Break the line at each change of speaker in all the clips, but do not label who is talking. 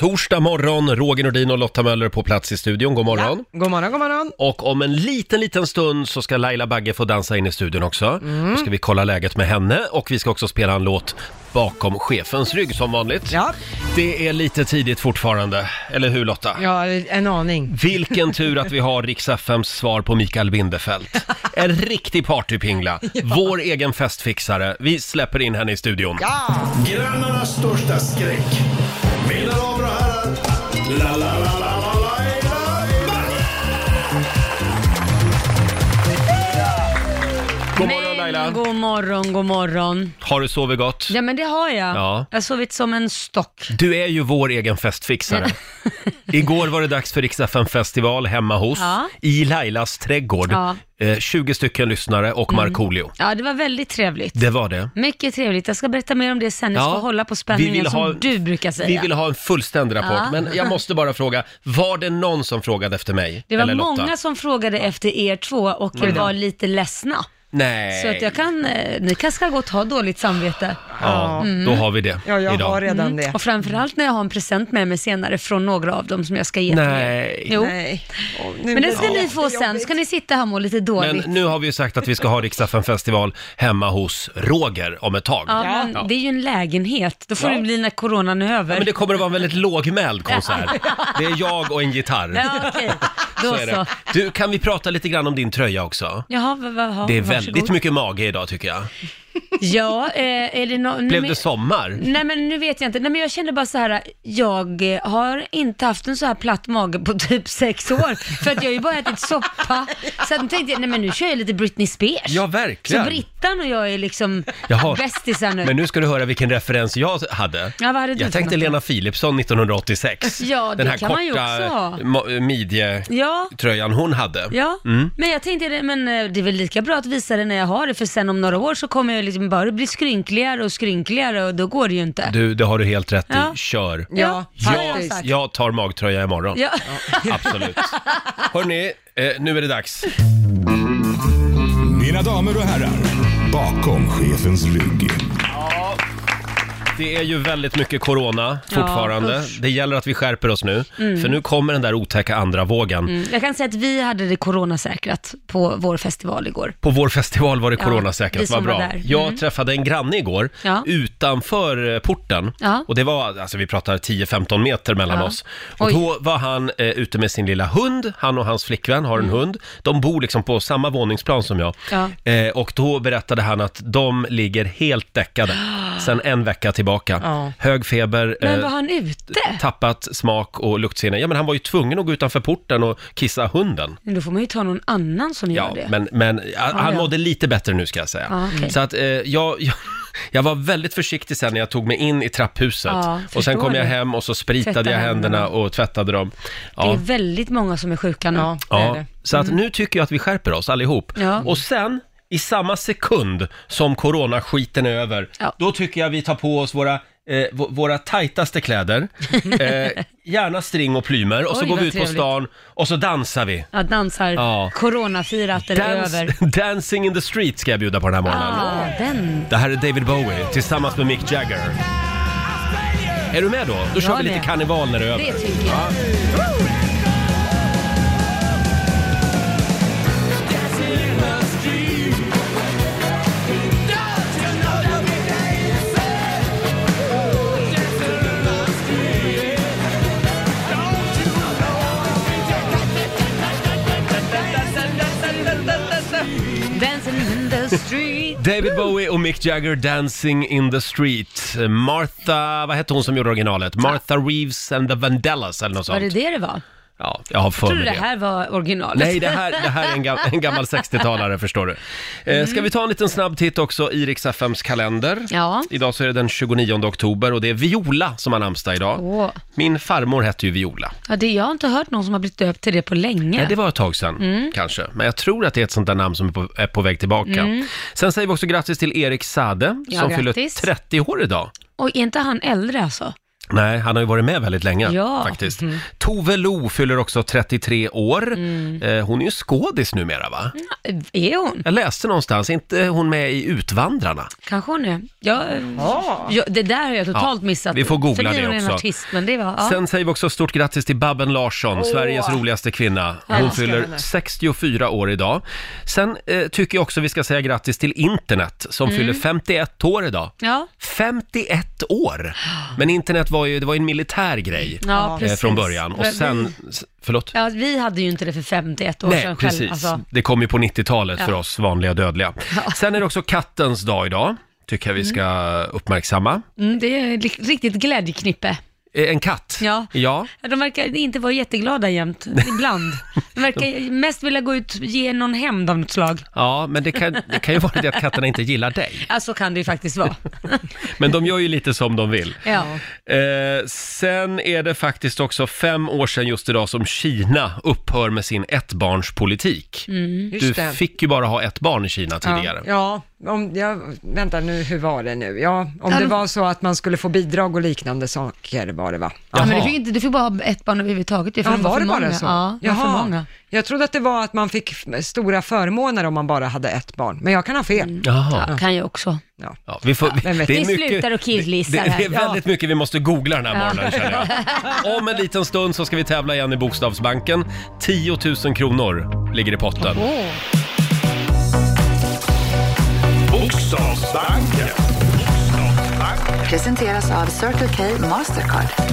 Torsdag morgon, Roger Nordin och Lotta Möller på plats i studion. God morgon!
God morgon, god morgon.
Och om en liten, liten stund så ska Laila Bagge få dansa in i studion också.
Mm.
Då ska vi kolla läget med henne och vi ska också spela en låt bakom chefens rygg som vanligt.
Ja,
Det är lite tidigt fortfarande, eller hur Lotta?
jag har en aning.
Vilken tur att vi har riks FMs svar på Mikael Bindefeld. En riktig partypingla. Vår egen festfixare. Vi släpper in henne i studion.
Ja,
Grannarnas största skräck. Mina damer och herrar. La, la, la, la, la, la, la, la.
God morgon Laila!
God morgon, god morgon.
Har du sovit gott?
Ja men det har jag.
Ja.
Jag har sovit som en stock.
Du är ju vår egen festfixare. Igår var det dags för riks festival hemma hos,
Ja.
i Lailas trädgård.
Ja. Mm.
Eh, 20 stycken lyssnare och Markoolio.
Ja, det var väldigt trevligt.
Det var det.
Mycket trevligt. Jag ska berätta mer om det sen. Jag ska
Ja.
hålla på spänningen
Vi vill
som
ha-
du brukar säga.
Vi vill ha en fullständig rapport,
Ja.
men jag måste bara fråga, var det någon som frågade efter mig?
Det var
Eller Lotta? Mm.
många som frågade efter er två och var lite ledsna.
Nej.
Så att jag kan, eh, ni kan ska gott ha dåligt samvete. Mm.
Ja, då har vi det
ja jag
idag.
har redan det.
Och framförallt när jag har en present med mig senare från några av dem som jag ska ge till er.
Nej.
Jo.
Nej. Åh, nu
Men det
blir
ska ni få
jättejobbigt.
sen, ska ni sitta här och må lite dåligt.
Men nu har vi ju sagt att vi ska ha riks festival hemma hos Roger om ett tag.
Ja,
Ja.
Men det är ju en lägenhet. Då får det bli när coronan är över.
Ja, men det kommer att vara en väldigt lågmäld konsert. Det är jag och en gitarr.
Ja, okej.
Så
Då
är
så.
det. Du, kan vi prata lite grann om din tröja också?
Jaha, va, va, va,
Det är
varsågod.
väldigt mycket mage idag tycker jag.
Ja, eh, är det nå- nu
Blev
men-
det sommar?
Nej men nu vet jag inte. Nej men jag känner bara så här, jag eh, har inte haft en så här platt mage på typ sex år. För att jag har ju bara ätit soppa. Så att nu tänkte jag, nej men nu kör jag lite Britney Spears.
Ja, verkligen.
Så Brittan och jag är liksom
Jaha.
bästisar nu.
Men nu ska du höra vilken referens jag hade.
Ja, vad hade du
jag
för
tänkte
något?
Lena Philipsson 1986.
Ja, det
Den här
kan man ju också
korta
ha.
ma- midjetröjan
Ja.
hon hade. Mm.
Ja, men jag tänkte det, men eh, det är väl lika bra att visa det när jag har det för sen om några år så kommer jag liksom bara bli skrynkligare och skrynkligare och då går det ju inte.
Du, det har du helt rätt
Ja.
i. Kör.
Ja,
har
Jag,
jag sagt.
jag tar magtröja imorgon.
Ja.
Absolut. Hörni, eh, nu är det dags.
Mina damer och herrar. Bakom chefens rygg.
Det är ju väldigt mycket corona
Ja,
fortfarande.
usch. Mm.
det gäller att vi skärper oss nu, för nu kommer den där otäcka andra vågen.
Jag kan säga att vi hade det coronasäkrat på vår festival igår.
På vår festival var det
Ja,
coronasäkrat,
vi
vad
som
bra.
var där. Mm.
Jag träffade en granne igår,
Ja.
utanför eh, porten.
Ja.
Och det var, alltså vi pratar 10-15 meter mellan
Ja.
oss. Och
Oj.
då var han eh, ute med sin lilla hund, han och hans flickvän har en
Mm.
hund. De bor liksom på samma våningsplan som jag.
Ja.
Eh, och då berättade han att de ligger helt däckade sedan en vecka tillbaka.
Ja.
Hög feber.
Men
eh,
var han ute?
tappat smak och luktsinne. Ja, men han var ju tvungen att gå utanför porten och kissa hunden.
Men Då får man ju ta någon annan som
Ja,
gör det.
men, men ja, han
ja.
mådde lite bättre nu ska jag säga.
Ja, okej.
Så att eh, jag, jag, jag var väldigt försiktig sen när jag tog mig in i trapphuset.
Ja,
och sen
förstår
kom jag
det.
hem och så spritade
Tvätta
jag händerna
händerna.
och tvättade dem. Ja.
Det är väldigt många som är sjuka nu.
Ja, det är
Ja,
det.
så att nu tycker jag att vi skärper oss allihop.
Ja.
Och sen, i samma sekund som coronaskiten är över,
Ja.
då tycker jag vi tar på oss våra Eh, v- våra tajtaste kläder, eh, gärna string och plymer och så
Oj,
går vi
vad
ut på
trevligt.
stan och så dansar vi.
Ja, dansar.
Ja.
Coronafirat är
Dans-
över.
dancing in the street ska jag bjuda på den här morgonen.
Ah, den.
Det här är David Bowie tillsammans med Mick Jagger. Är du med då? Då kör
Jag
vi
är
lite
med.
karneval när det är över.
Det tycker jag. Dancing in the street.
David Bowie och Mick Jagger Dancing in the street. Martha, vad hette hon som gjorde originalet? Martha Reeves and the Vandellas eller något
Var
sånt.
det det det var?
Ja, jag har för
Tror
mig
du det
det.
här var originalet?
Nej, det här, det här är en, gam en gammal 60-talare förstår du. Eh, ska vi ta en liten snabb titt också i Rix FMs kalender?
Mm. Ja.
Idag så är det den 29 oktober och det är Viola som har namnsdag idag.
Åh.
Min farmor hette ju Viola.
Ja, det, jag har inte hört någon som har blivit döpt till det på länge.
Nej, det var ett tag sedan
Mm.
kanske. Men jag tror att det är ett sånt där namn som är på, är på väg tillbaka. Sen säger vi också grattis till Erik Sade
Mm. Ja,
som
grattis.
fyller 30 år idag.
Och är inte han äldre alltså?
Nej, han har ju varit med väldigt länge
Ja. Mm.
faktiskt. Tove Lo fyller också 33 år.
Mm.
Eh, hon är ju skådis numera va?
Är hon?
Jag läste någonstans, inte hon med i Utvandrarna?
Kanske hon är. Jag,
Ja.
jag, det där har jag totalt
Ja,
missat.
vi får googla
Sen
det
blir hon en
också.
artist, men det var... Ja.
Sen säger vi också stort grattis till Babben Larsson, Sveriges roligaste kvinna. Hon
älskar
fyller
henne.
64 år idag. Sen eh, tycker jag också vi ska säga grattis till internet som
Mm.
fyller 51 år idag.
ja.
51 år! Men internet var ju, det var ju en militär grej
Ja,
eh,
precis.
från början. Och
Men
sen,
vi-
s- förlåt?
Ja, vi hade ju inte det för 51 år
Nej,
sedan
precis.
själv. Alltså.
Det kom ju på 90-talet för
Ja.
oss vanliga dödliga. Sen är det också kattens dag idag, tycker jag vi ska uppmärksamma.
Mm, det är ett riktigt glädjeknippe.
Eh, En katt?
Ja.
ja.
Ja, De verkar inte vara jätteglada jämt, ibland. De verkar mest vilja gå ut och ge någon hämnd av något slag.
Ja, men det kan, det kan ju vara det att katterna inte gillar dig.
Ja, så kan det ju faktiskt vara.
Men de gör ju lite som de vill.
Ja.
Eh, sen är det faktiskt också fem år sedan just idag som Kina upphör med sin ettbarnspolitik. Du
Mm.
Just det.
fick ju bara ha ett barn i Kina tidigare.
Ja, om, ja, vänta nu, hur var det nu? Ja, om det
men-
var så att man skulle få bidrag och liknande saker var det va?
Ja, men
Jaha.
du fick, inte, du fick bara ha ett barn överhuvudtaget. ju, för
Ja,
de
var
för
det bara
många.
så?
Ja, det var för
Jaha.
många.
Jag trodde att det var att man fick f- stora förmåner om man bara hade ett barn, men jag kan ha fel.
Jaha.
Mm. Ja, kan jag också.
Ja.
Ja, vi får,
vem vet.
Vi slutar och
det,
killgissar
det, det är
här.
väldigt mycket vi måste googla den här morgonen känner jag. Om en liten stund så ska vi tävla igen i Bokstavsbanken. 10 000 kronor ligger i potten.
Bokstavsbanken.
Presenteras av Circle K Mastercard.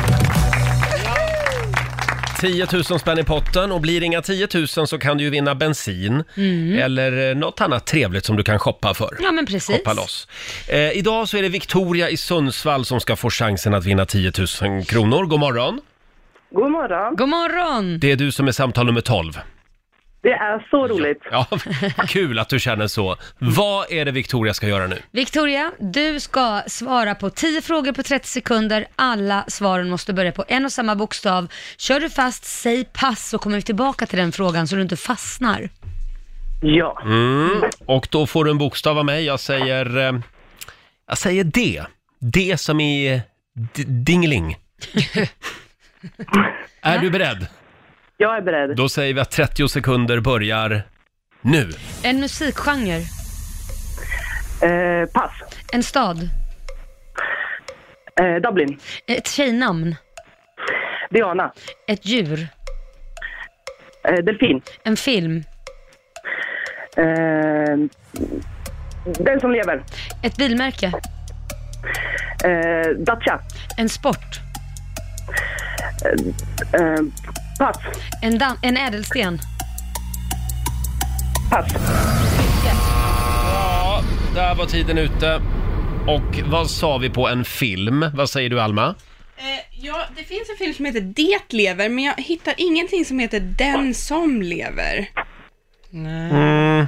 10 000 spänn i potten och blir det inga 10 000 så kan du ju vinna bensin eller eh, något annat trevligt som du kan shoppa för.
Mm. Ja, men precis.
Shoppa loss. Eh, idag så är det Victoria i Sundsvall som ska få chansen att vinna 10 000 kronor. God morgon!
God morgon.
God morgon!
Det är du som är samtal nummer 12.
Det är så roligt.
Ja, kul att du känner så. Vad är det Victoria ska göra nu?
Victoria, du ska svara på 10 frågor på 30 sekunder. Alla svaren måste börja på en och samma bokstav. Kör du fast, säg pass så kommer vi tillbaka till den frågan så du inte fastnar.
Ja.
Mm. Och då får du en bokstav av mig. Jag säger... Eh, jag säger D. D som i d- dingling. är du beredd?
Jag är beredd.
Då säger vi att 30 sekunder börjar nu.
En musikgenre,
Eh, pass.
en stad,
Eh, Dublin.
ett tjejnamn,
Diana.
ett djur,
Eh, delfin.
en film,
Eh, den som lever.
ett bilmärke,
Eh, Dacia.
en sport,
Eh, pass.
en, dam- en ädelsten.
Pass.
Ja, där var tiden ute. Och vad sa vi på en film? Vad säger du Alma?
Eh, Ja, det finns en film som heter Det lever, men jag hittar ingenting som heter Den som lever.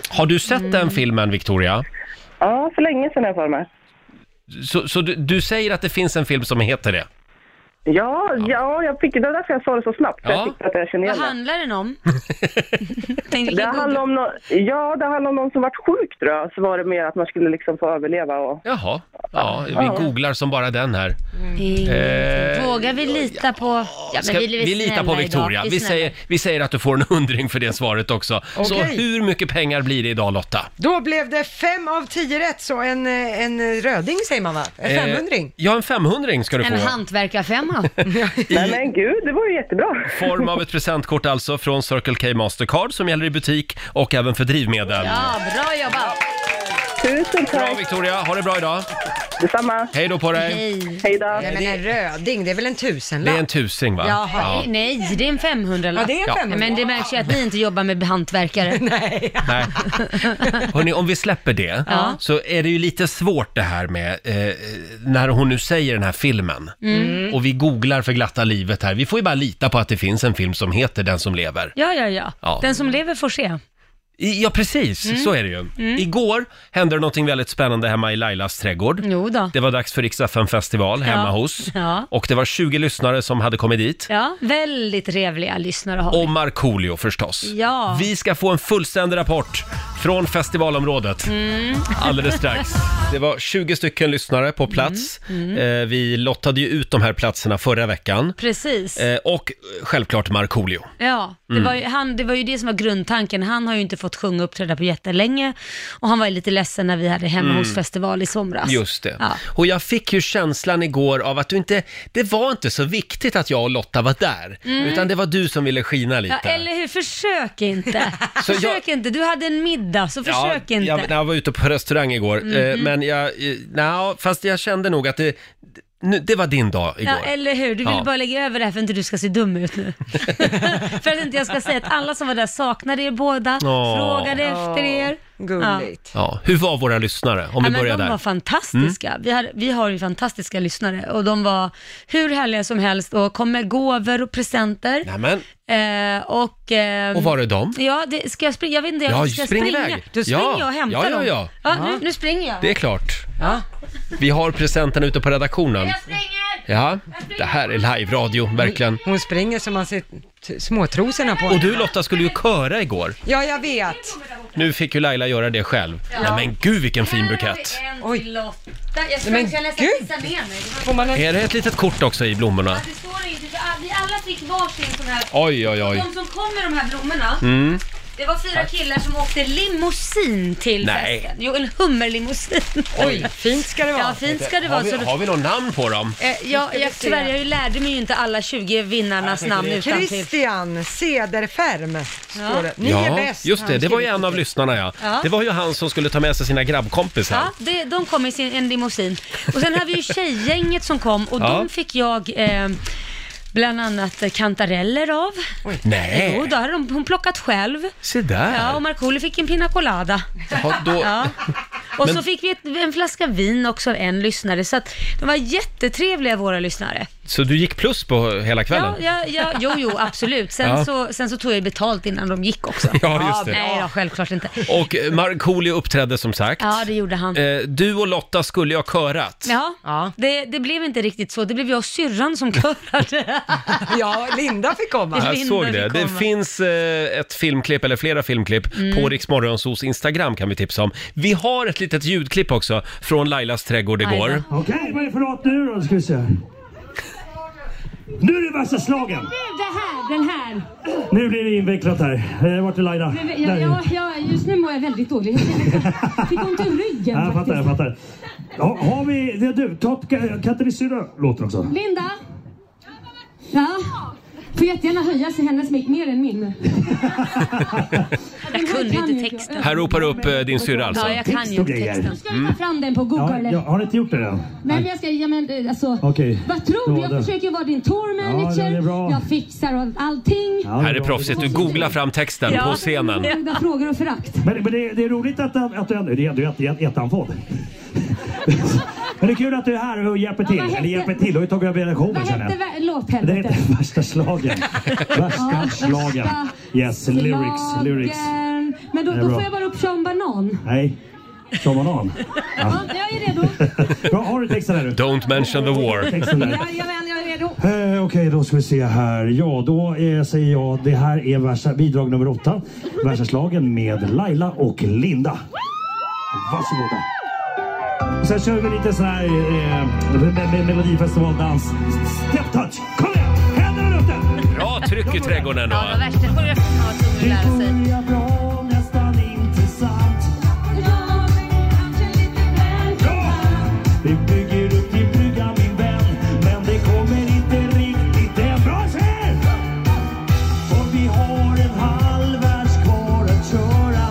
Har du sett den filmen Victoria?
Ja, för länge sedan jag för mig.
Så, så du, du säger att det finns en film som heter det?
Ja, ja, jag fick, det var därför jag sa det så snabbt. för
Ja.
Jag tyckte att jag kände
Vad
igen det.
handlar den om? Tänkte,
Det
jag googla.
handlar om nå ja, det handlar om någon som varit sjuk tror jag. Så var det mer att man skulle liksom få överleva och...
Jaha, ja, vi googlar som bara den här.
Ingenting. Mm. Vågar vi lita på... Ja, men
Eh, Ska,
vi, vi,
vi litar på Victoria. Vi säger, vi säger att du får en hundring för det svaret också. Så
Okej.
hur mycket pengar blir det idag Lotta?
Då blev det fem av tio rätt, så en, eh, en röding säger man va? En femhundring.
Eh, ja, en femhundring ska du få.
En hantverkarfemma.
Nej men gud, det var ju jättebra.
form av ett presentkort alltså från Circle K Mastercard som gäller i butik och även för drivmedel.
Ja, bra jobbat!
Tusen
Bra
tack.
Victoria, ha det bra idag.
Detsamma.
Hej då på dig.
Hej.
Hej då.
Nej, men en röding, det är väl en
Det
tusenlapp?
är en tusing va?
Jaha.
Ja.
Nej, det är en 500
Ja, det är en
Ja.
500.
Men det märks ju att ni inte jobbar med hantverkare.
Nej. Hörrni, om vi släpper det
Ja.
så är det ju lite svårt det här med eh, när hon nu säger den här filmen
Mm.
och vi googlar för glatta livet här. Vi får ju bara lita på att det finns en film som heter Den som lever.
Ja, ja, ja,
Ja.
Den som lever får se.
I, ja, precis.
Mm.
Så är det ju. Igår hände det någonting väldigt spännande hemma i Lailas trädgård.
Jo då.
Det var dags för Rix FM festival hemma
Ja.
hos.
Ja.
Och det var 20 lyssnare som hade kommit dit.
Ja, väldigt trevliga lyssnare har vi.
Och Markoolio förstås.
Ja.
Vi ska få en fullständig rapport från festivalområdet
Mm.
alldeles strax. Det var 20 stycken lyssnare på plats.
Mm.
Eh, vi lottade ju ut de här platserna förra veckan.
Precis.
Eh, mm. och eh, självklart Markoolio.
Ja, det, var ju, han, det var ju det som var grundtanken. Han har ju inte fått sjunga och uppträda på jättelänge och han var ju lite ledsen när vi hade hemma hos festival i somras.
Mm. Just det.
Ja.
Och jag fick ju känslan igår av att du inte, det var inte så viktigt att jag och Lotta var där, utan det var du som ville skina lite.
Mm. Ja, eller hur? Försök inte.
Så
försök inte. Du hade en middag, så försök
ja,
inte. Mhm.
Jag, jag var ute på restaurang igår, eh, men jag, eh, nja, fast jag kände nog att det, nu, det var din dag igår.
Ja, eller hur? Du vill
Ja.
bara lägga över det här för att inte du ska se dum ut nu. för att inte jag ska säga att alla som var där saknade er båda,
Åh.
frågade efter er.
Gulligt.
Ja, hur var våra lyssnare? Om
Ja,
vi
men
börjar
de
där. Mm.
var fantastiska. Vi, hade, vi har ju fantastiska lyssnare och de var hur härliga som helst och kom med gåvor och presenter.
Nämen,
Eh, och, ehm,
och var det dem?
Ja, det, ska jag springa? Jag vet inte, jag
Ja,
ska jag
spring
springa.
iväg.
Då springer
Ja,
jag och hämtar
ja, ja,
dem.
ja.
nu, nu springer jag.
Det är klart.
Ja.
Vi har presenten ute på redaktionen.
Jag springer!
Ja, det här är live-radio, verkligen.
Hon springer som man ser t- småtrosorna på
Och du Lotta skulle ju köra igår.
Ja, jag vet.
Nu fick ju Laila göra det själv. Nej, men gud vilken fin bukett.
Här har vi en
Oj.
till Lotta. Jag
Men
sprang så jag nästan
gud.
pissade ner mig. Det var-
Får man en...
Är det ett litet kort också i blommorna?
Det står inte, för all- vi alla fick varsin sån här.
Oj, oj, Mm. oj.
De som kom med de här blommorna, det var fyra killar som åkte limousin till
Nej.
festen. Jo, en hummerlimousin.
Oj, fint ska det vara.
Ja, fint ska det
Har
vara.
vi,
Så
har vi någon namn på dem?
Eh, ja, jag, tyvärr, jag lärde mig ju inte alla 20 vinnarnas namn utan till.
Christian Cederferm står det. Ni är bäst.
just
har
det.
han
Det var ju
skrivit.
en av lyssnarna ja.
Ja.
Det var ju han som skulle ta med sig sina grabbkompisar.
Ja, det, de kom i sin, en limousin. Och sen hade vi ju tjejgänget som kom och
Ja.
de fick jag eh, bland annat eh, kantareller av.
Nej,
Jo, då hade de, hon plockat själv.
se där.
Ja, och Markoolio fick en pina colada.
Ja, då,
Ja. Och
Men-
så fick vi ett, en flaska vin också av en lyssnare, så att de var jättetrevliga våra lyssnare.
Så du gick plus på hela kvällen?
Ja, ja, ja, jo, jo, absolut. Sen,
Ja.
så, sen så tog jag ju betalt innan de gick också.
Ja, just det.
Nej då, självklart inte.
Och eh, Markoolio uppträdde som sagt.
Ja, det gjorde han.
Eh, Du och Lotta skulle ju ha körat.
Ja,
Ja.
Det, det blev inte riktigt så. Det blev jag och syrran som körade.
Ja, Linda fick komma.
Ja.
Jag
Linda
såg det.
fick
Det
komma.
finns eh, ett filmklipp, eller flera filmklipp,
Mm.
på Riksmorgonsos Instagram kan vi tipsa om. Vi har ett litet ljudklipp också från Lailas trädgård igår.
Aj
Okej, vad är det för låt nu då? Ska vi se. Nu är det värsta slagen.
Det här, den här.
Nu blir det invecklat här. Eh, Vart är Laila? Där.
Jag, jag, jag, just nu mår jag väldigt dåligt. Jag fick ont i ryggen
Ja, jag fattar, jag
faktiskt.
fattar. Ja, har vi... Det är du. Ta Katarina låter också.
Linda? Ja? Får jättegärna höja sig hennes mick mer än min.
Jag kunde ju inte texten.
Här ropar upp eh, din syrra alltså. Mm.
Ja, jag kan ju
Text och
inte
grejer.
texten.
Ska jag ta fram den på
Ja,
Google?
jag har ni inte gjort det än?
Nej men jag ska, ja, men, eh, alltså,
Okej.
vad tror du? Jag
Ja, det-
försöker ju vara din tour
Ja, det är
manager.
bra.
jag fixar allting.
Ja,
Här är
bra.
proffsigt. Du googlar fram texten
Ja.
på scenen.
Oberäkneliga frågor och förakt.
Men, men det, det är roligt att, han- att du ändå... Det är ändå ett- ettan-podd. Men det är kul att du är här och hjälper till.
vad hette-
Eller hjälper till, du har ju tagit över redaktionen
Vad
känner jag.
hette vä-
Det
låthelvetet?
heter Värsta slagen. Värsta slagen. Yes, lyrics, lyrics.
Slagen. Men då,
Det är
då
bra.
får jag bara upp Sean Banan.
Nej, som banan.
Ja, jag är redo.
Bra, har du texten här nu?
Don't mention the war.
Texten där.
Jajamän, jag är redo.
Eh, Okej, då ska vi se här. Ja, då eh, säger jag det här är värsta, bidrag nummer åtta. Värsta slagen med Laila och Linda. Varsågoda. Och sen kör vi lite sån här eh, med, med, med melodifestivaldans. Step touch. Kom igen! Händerna i luften!
Bra tryck i trädgården
Ja, det var
då.
värsta koreografin har att lära sig.
Börjar bra, nästan intressant. Vi bygger upp din brygga min vän Men det kommer inte riktigt än Bra tjejer! Och vi har en halv värld kvar att köra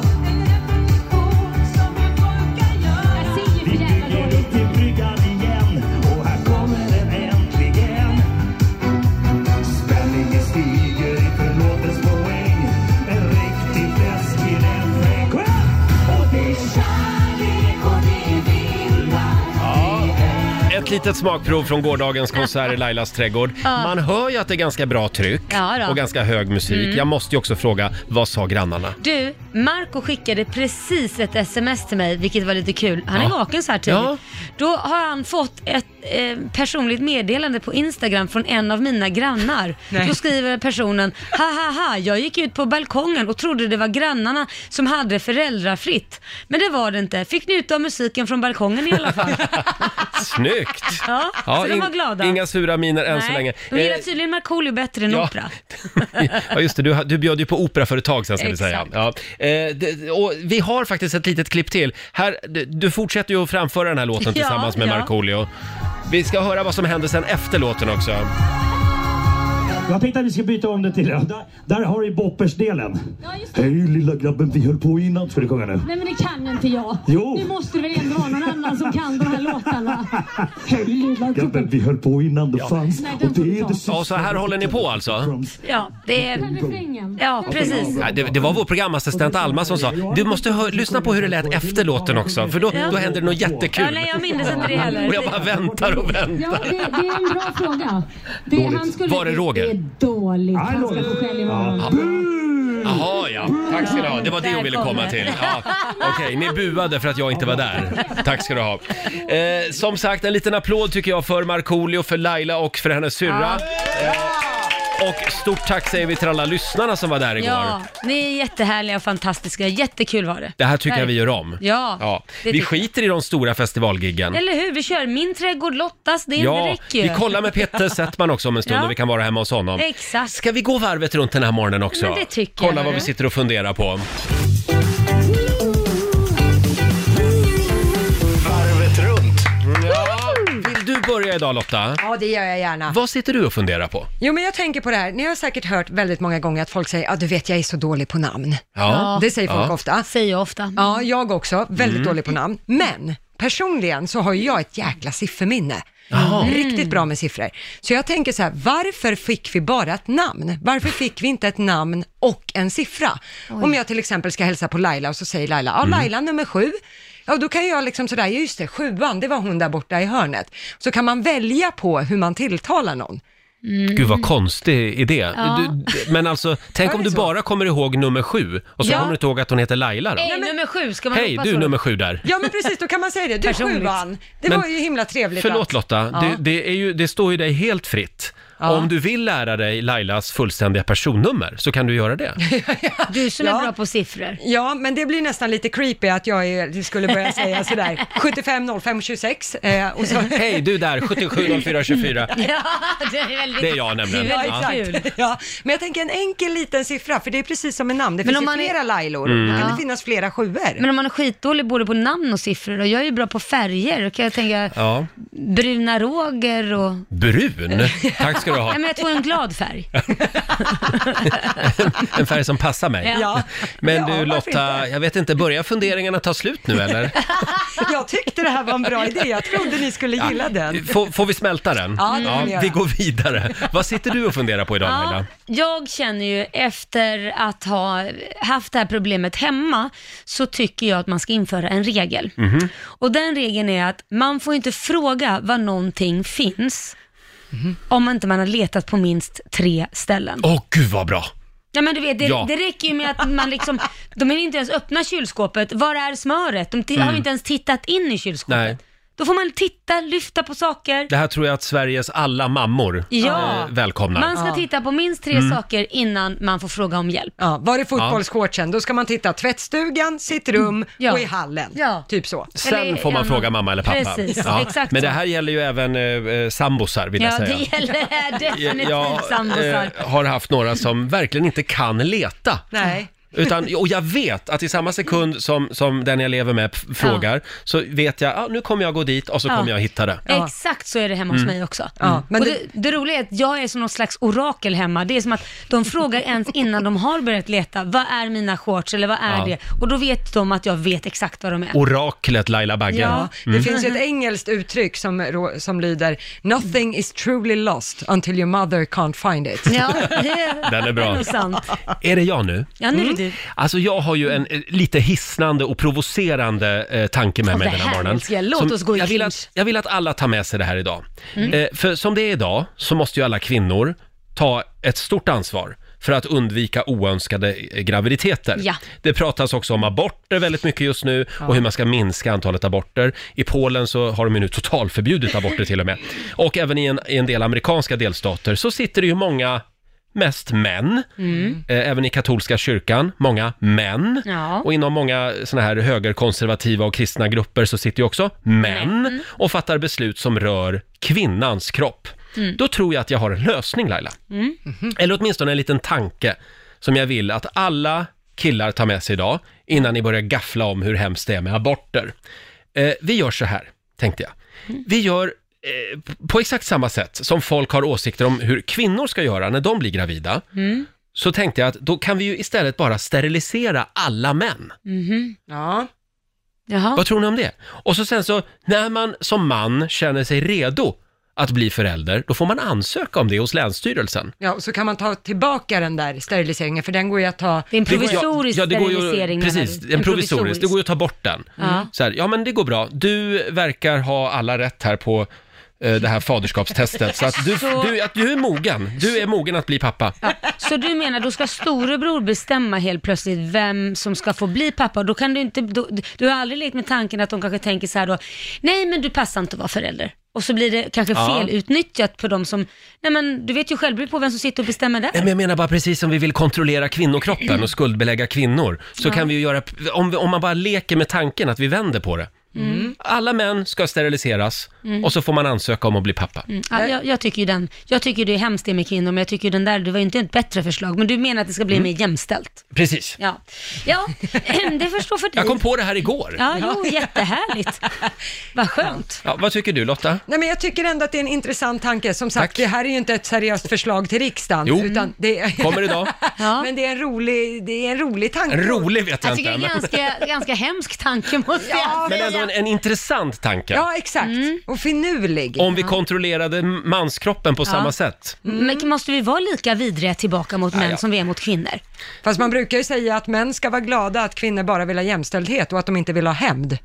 Vi bygger upp din brygga igen Och här kommer den äntligen Spänningen stiger inför låtens poäng En riktig fest
ett litet smakprov från gårdagens konsert i Lailas trädgård. Man hör ju att det är ganska bra tryck
Ja, då. Mm.
och ganska hög musik. Jag måste ju också fråga, vad sa grannarna?
Du, Marco skickade precis ett sms till mig, vilket var lite kul. Han är
Ja.
vaken så här tidigt.
Ja.
Då har han fått ett eh, personligt meddelande på Instagram från en av mina grannar. Då skriver personen, ha ha ha, jag gick ut på balkongen och trodde det var grannarna som hade föräldrafritt. Men det var det inte. Fick njuta av musiken från balkongen i alla fall.
Snyggt!
Ja, så Alltså, de
in-
var glada.
Inga sura miner än så
Nej,
länge.
De gillar
Eh,
tydligen Markoolio bättre än opera.
ja, just det. Du, du bjöd ju på operaföretag sen ska vi säga.
Exakt.
Ja. Eh, det, och vi har faktiskt ett litet klipp till. Här, d- du fortsätter ju att framföra den här låten
Ja,
tillsammans med
ja.
Markoolio. Vi ska höra vad som händer sen efter låten också.
Jag tänkte att vi ska byta om det till... Ja, där, där har du Boppers-delen. Hej lilla grabben, vi höll på innan. Ska du sjunga nu?
Nej men det kan inte jag.
Jo.
Nu måste det väl ändå vara någon annan som kan de här låtarna. Hej lilla
Grabben,
gubben.
vi höll på innan det fanns.
Nej, den
Och
får du
det är
ta.
det
Ja, så här håller ni på alltså?
Ja, det
Den
är...
refrängen.
Ja, precis.
Nej, det, det var vår programassistent Alma som sa du måste hö- lyssna på hur det lät efter låten också för då, då händer det något jättekul.
Ja, nej, jag minns inte det
Och
heller.
jag bara väntar och väntar.
Ja, det, det är en bra fråga. Det, han skulle,
Var är Roger?
Det är dåligt. Han ska
Roger.
få skäll i morgon.
Jaha, ja. Tack ska du ha. Det var det
Där
hon ville
kom
komma
det.
till. Ja. Okej, ni buade för att jag inte var där. Tack ska du ha. Eh, som sagt, en liten applåd tycker jag för Markoolio, för Laila och för hennes syrra. Eh, och stort tack säger vi till alla lyssnarna som var där igår.
Ja, ni är jättehärliga och fantastiska. Jättekul var det.
Det här tycker jag vi gör om.
Ja, det
Vi
tycker jag.
skiter i de stora festivalgiggen.
Eller hur? Vi kör Min trädgård Lottas, det, ja, det
Ja,
räcker ju.
vi kollar med Petter Settman också om en stund
Ja.
och vi kan vara hemma hos honom.
Exakt.
Ska vi gå varvet runt den här morgonen också?
Men det tycker
Kolla
jag,
vad vi
hörru.
sitter och funderar på.
Varvet runt.
Mm, Ja, vill du börja idag Lotta?
Ja, det gör jag gärna.
Vad sitter du och funderar på?
Jo, men jag tänker på det här. Ni har säkert hört väldigt många gånger att folk säger, ja, du vet, jag är så dålig på namn.
Ja.
Det säger folk
Ja. Mm.
ofta.
Säger jag ofta.
Ja, jag också. Väldigt dålig på namn. Men personligen så har ju jag ett jäkla sifferminne. Mm.
Mm.
Riktigt bra med siffror. Så jag tänker så här, varför fick vi bara ett namn? Varför fick vi inte ett namn och en siffra? Om jag till exempel ska hälsa på Laila och så säger Laila,
Mm.
ja Laila nummer sju. Ja, då kan jag liksom sådär, just det, sjuan, det var hon där borta i hörnet. Så kan man välja på hur man tilltalar någon.
Mm.
Gud vad konstig idé. Du, d- men alltså, tänk
Är
om
det
du
så?
bara kommer ihåg nummer sju och så
Ja.
kommer du inte ihåg att hon heter Laila då?
Hej, nummer sju, ska man
Hej,
hoppa
du
så?
nummer sju där.
Ja, men precis, då kan man säga det. Du
Personligt.
sjuan, det
Men-
var ju himla trevligt.
Förlåt
att-
Lotta, det, det, är ju, det står ju dig helt fritt. Om du vill lära dig Lailas fullständiga personnummer så kan du göra det.
Du som
Ja.
är bra på siffror.
Ja, men det blir nästan lite creepy att jag är, skulle börja säga sådär 75 05 26 eh, och så...
Hej du där, 770424.
Ja, det är väldigt,
Det är jag nämligen.
Det är
Ja,
väldigt kul.
Ja, men jag tänker en enkel liten siffra, för det är precis som med namn. Det
Men
finns
om
ju
man är-
flera Lailor,
Mm.
då kan det finnas flera sjuor.
Men om man är skitdålig både på namn och siffror då? Jag är ju bra på färger. Då kan jag tänka
Ja.
bruna Roger och...
Brun? Tack ska du ha.
Nej, men jag tror en glad färg.
En färg som passar mig.
Ja.
Men
Ja,
du
varför
Lotta, jag vet inte, börjar funderingarna ta slut nu eller?
Jag tyckte det här var en bra idé, jag trodde ni skulle gilla den.
Får, får vi smälta den?
Ja, det kan vi göra.
vi går vidare. Vad sitter du och funderar på idag Laila?
Ja, jag känner ju efter att ha haft det här problemet hemma så tycker jag att man ska införa en regel.
Mm. Mhm,
Och den regeln är att man får inte fråga var någonting finns om inte man har letat på minst tre ställen.
Mm-hmm. Åh gud vad bra!
Ja, men du vet, det,
Ja.
det räcker ju med att man liksom, de hinner inte ens öppna kylskåpet. Var är smöret? De ti- har ju inte ens tittat in i kylskåpet.
Mm. Nej.
Då får man titta, lyfta på saker.
Det här tror jag att Sveriges alla mammor
Ja.
eh, Mm. välkomnar.
Man ska titta på minst tre saker innan man får fråga om hjälp.
Ja, var är fotbollsshortsen? Då ska man titta tvättstugan, sitt rum
Mm. Ja.
och i hallen.
Ja.
Typ så.
Sen
Eller
får man
en-
fråga mamma eller pappa.
Precis,
Ja.
exakt
Men
så.
det här gäller ju även eh, eh, sambosar vill jag
Ja,
säga.
det gäller definitivt
jag
sambosar.
eh, har haft några som verkligen inte kan leta.
Nej.
Utan, och jag vet att i samma sekund som, som den jag lever med p- frågar så vet jag, ah, nu kommer jag gå dit och så
Ja.
kommer jag hitta det. Mm.
Ja.
Exakt så är det hemma hos mig också.
Ja, men
och det,
det-
det roliga är att jag är som någon slags orakel hemma. Det är som att de frågar ens innan de har börjat leta, vad är mina shorts eller vad är
Ja.
det? Och då vet de att jag vet exakt vad de är.
Oraklet Laila Bagge.
Ja.
Mm.
Det finns ju ett engelskt uttryck som, rå- som lyder “Nothing is truly lost until your mother can't find it”.
Ja, det,
Den är bra.
det nog sant.
Är det jag nu?
Ja, nu är det du.
Alltså jag har ju en eh, lite hisnande och provocerande eh, tanke med
Ja,
mig
det
den här
här
morgonen.
älskar jag. Låt oss gå i
jag, vill
clinch. Mm.
att, jag vill att alla tar med sig det här idag. Eh, för som det är idag så måste ju alla kvinnor ta ett stort ansvar för att undvika oönskade eh, graviditeter.
Ja.
Det pratas också om aborter väldigt mycket just nu och hur man ska minska antalet aborter. I Polen så har de ju nu totalförbjudit aborter till och med. Och även i en, i en del amerikanska delstater så sitter det ju många Mest män,
Mm.
eh, även i katolska kyrkan, många män.
Ja.
Och inom många såna här högerkonservativa och kristna grupper så sitter ju också män och fattar beslut som rör kvinnans kropp. Då tror jag att jag har en lösning Laila.
Mm.
Mhm. Eller åtminstone en liten tanke som jag vill att alla killar tar med sig idag innan ni börjar gaffla om hur hemskt det är med aborter. Eh, vi gör så här, tänkte jag. Vi gör eh, på exakt samma sätt som folk har åsikter om hur kvinnor ska göra när de blir gravida. Så tänkte jag att då kan vi ju istället bara sterilisera alla män.
Ja.
Mhm. Jaha.
Vad tror ni om det? Och så sen så, när man som man känner sig redo att bli förälder, då får man ansöka om det hos Länsstyrelsen.
ja, och så kan man ta tillbaka den där steriliseringen, för den går ju att ta...
Det är en
Det går-
provisorisk
det går ju-
sterilisering. menar
Precis,
du?
en provisorisk. Det går ju att ta bort den.
Ja.
Så här, ja men det går bra. Du verkar ha alla rätt här på eh, det här faderskapstestet. Så att du,
Så-
du, att du är mogen. Du är mogen att bli pappa.
Så du menar, då ska storebror bestämma helt plötsligt vem som ska få bli pappa och då kan du inte, då, du har aldrig lekt med tanken att de kanske tänker så här då, nej men du passar inte att vara förälder. Och så blir det kanske
Ja.
felutnyttjat på de som, nej men du vet ju själv på vem som sitter och bestämmer där.
Nej, men jag menar bara precis som vi vill kontrollera kvinnokroppen och skuldbelägga kvinnor, så kan vi ju göra, om, vi, om man bara leker med tanken att vi vänder på det.
Mm.
Alla män ska steriliseras och så får man ansöka om att bli pappa.
Mm. Ja, jag, jag tycker ju den, jag tycker det är hemskt det med kvinnor, men jag tycker ju den där, det var ju inte ett bättre förslag, men du menar att det ska
Mm.
bli mer jämställt.
Precis.
Ja, ja det förstår för dig.
Jag kom på det här igår. Ja.
Ja, jo, jättehärligt. Vad skönt.
vad tycker du Lotta?
Nej, men jag tycker ändå att det är en intressant tanke. Som sagt,
Tack.
det här är ju inte ett seriöst förslag till riksdagen.
Jo. Mm.
utan det är...
Kommer idag.
Ja.
Men det är en rolig, det är en rolig tanke.
En rolig vet jag
Jag tycker
inte.
det är en
Men,
ganska, ganska hemsk tanke måste jag Mm.
men ändå en, en intressant tanke.
Ja, exakt. Och finurlig.
Om vi kontrollerade manskroppen på samma sätt.
Mm. Men måste vi vara lika vidriga tillbaka mot män
ja.
som vi är mot kvinnor?
Fast man brukar ju säga att män ska vara glada att kvinnor bara vill ha jämställdhet och att de inte vill ha hämnd.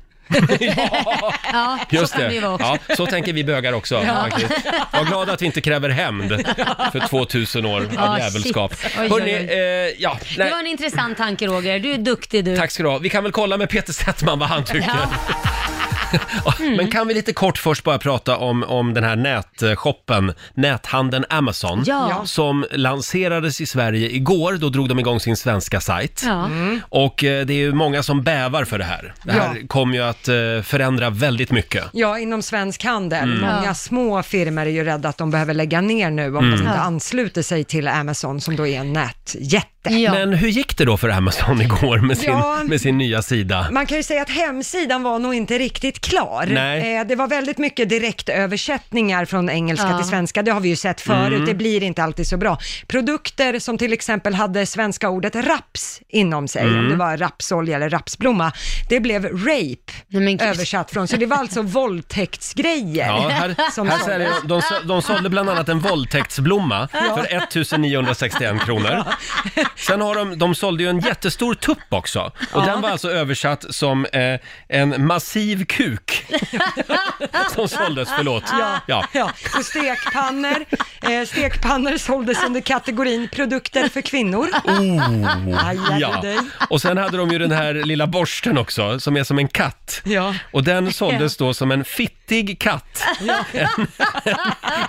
Ja,
Just
så kan
det.
det ju vara också.
Ja, så tänker vi bögar också. faktiskt. Var glada att vi inte kräver hämnd för 2000 år av
Ah,
djävulskap.
shit. Oj, oj, oj.
Hörrni, eh, ja,
Det
nej,
var en intressant tanke Roger, du är duktig du.
tack ska du ha. Vi kan väl kolla med Peter Settman vad han tycker. Ja,
Mm.
Men kan vi lite kort först bara prata om, om den här nätshoppen, näthandeln Amazon,
Ja.
som lanserades i Sverige igår. Då drog de igång sin svenska sajt.
Ja.
Och eh, det är ju många som bävar för det här. Det här kommer ju att eh, förändra väldigt mycket.
Ja, inom svensk handel.
Mm.
Många små firmor är ju rädda att de behöver lägga ner nu om
Mm.
de inte ansluter sig till Amazon som då är en nätjätte.
Ja.
Men hur gick det då för Amazon igår med sin,
Ja.
med sin nya sida?
Man kan ju säga att hemsidan var nog inte riktigt klar.
Nej.
Eh, det var väldigt mycket direktöversättningar från engelska
Ja.
till svenska. Det har vi ju sett förut.
Mm.
Det blir inte alltid så bra. Produkter som till exempel hade svenska ordet raps inom sig,
Mm.
om det var rapsolja eller rapsblomma, det blev rape
Nej, men gud.
översatt från. Så det var alltså våldtäktsgrejer.
Ja, här,
Som
här
såldes.
säljer, de- de, så- de sålde bland annat en våldtäktsblomma för 1961 kronor. Sen har de, de sålde ju en jättestor tupp också. Och den var alltså översatt som eh, en massiv kuk. som såldes, förlåt. Ja.
Ja, och stekpannor. Eh, stekpannor såldes under kategorin produkter för kvinnor. Oh, aj, aj,
Ja,
aj.
och sen hade de ju den här lilla borsten också, som är som en katt.
Ja.
Och den såldes då som en fittig katt. En, en,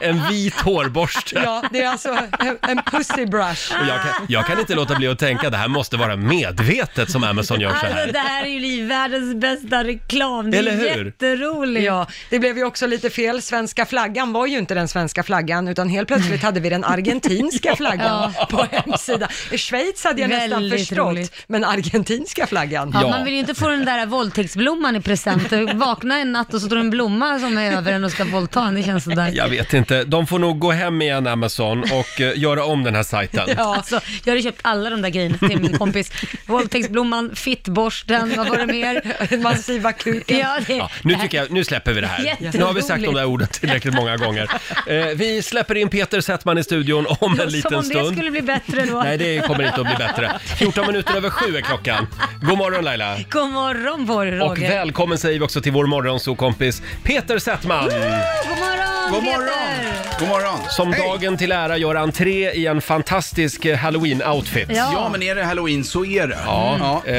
en vit hårborste.
Ja, det är alltså en, en pussy brush.
Och jag, kan, jag kan inte låta bli att tänka, det här måste vara medvetet som Amazon gör så
Alltså
här.
det här är ju liv- världens bästa reklam, det är
Eller hur?
jätteroligt.
Ja, det blev ju också lite fel. Svenska flaggan var ju inte den svenska flaggan, utan helt plötsligt hade vi den argentinska flaggan på hemsidan. I Schweiz hade jag nästan
Väldigt
förstått,
roligt.
men argentinska flaggan.
Ja,
Ja.
Man vill ju inte få den där våldtäktsblomman i present. Vakna en natt och så står det en blomma mamma som är över en och ska våldta en. Det känns sådär.
Jag vet inte. De får nog gå hem igen, Amazon, och eh, göra om den här sajten.
Ja. Alltså, jag hade köpt alla de där grejerna till min kompis. Våldtäktsblomman, fittborsten, vad var det mer?
Den massiva kuken.
Ja, det,
Ja, nu, tycker jag, nu släpper vi det här. Nu har vi sagt de där orden tillräckligt många gånger. Eh, vi släpper in Peter Settman i studion om en
Som
liten
om det
stund.
skulle bli bättre då.
Nej, det kommer inte att bli bättre. 14 minuter över sju är klockan. God morgon Laila!
God morgon på dig
Och
Roger.
välkommen säger vi också till vår morgonsokompis Peter Settman!
God morgon
God
Peter!
morgon! God morgon!
Som
Hej!
dagen till ära gör entré i en fantastisk eh, halloween-outfit.
Ja.
Ja, men är det halloween så är det. Mm. Ja.
Eh,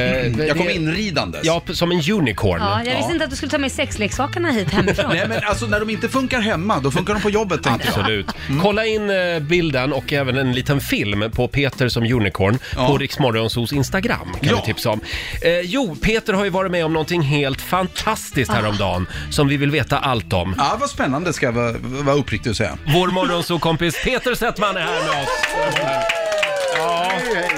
Jag kom
det-
inridandes.
Ja, p- som en unicorn.
Ja, jag visste
Ja. liksom
inte att du skulle ta med sexleksakerna hit hemifrån.
Nej, men alltså när de inte funkar hemma, då funkar de på jobbet tänkte jag.
Absolut. Kolla in eh, bilden och även en liten film på Peter som unicorn
Ja.
på Riksmorgonsos Instagram kan
Ja.
vi tipsa om. Eh, jo, Peter har ju varit med om någonting helt
Ah.
fantastiskt häromdagen som vi vill veta allt om.
Ja, vad spännande ska jag vara, vara uppriktig och säga.
Vår morgonsokompis Peter Settman är här med oss. Ja,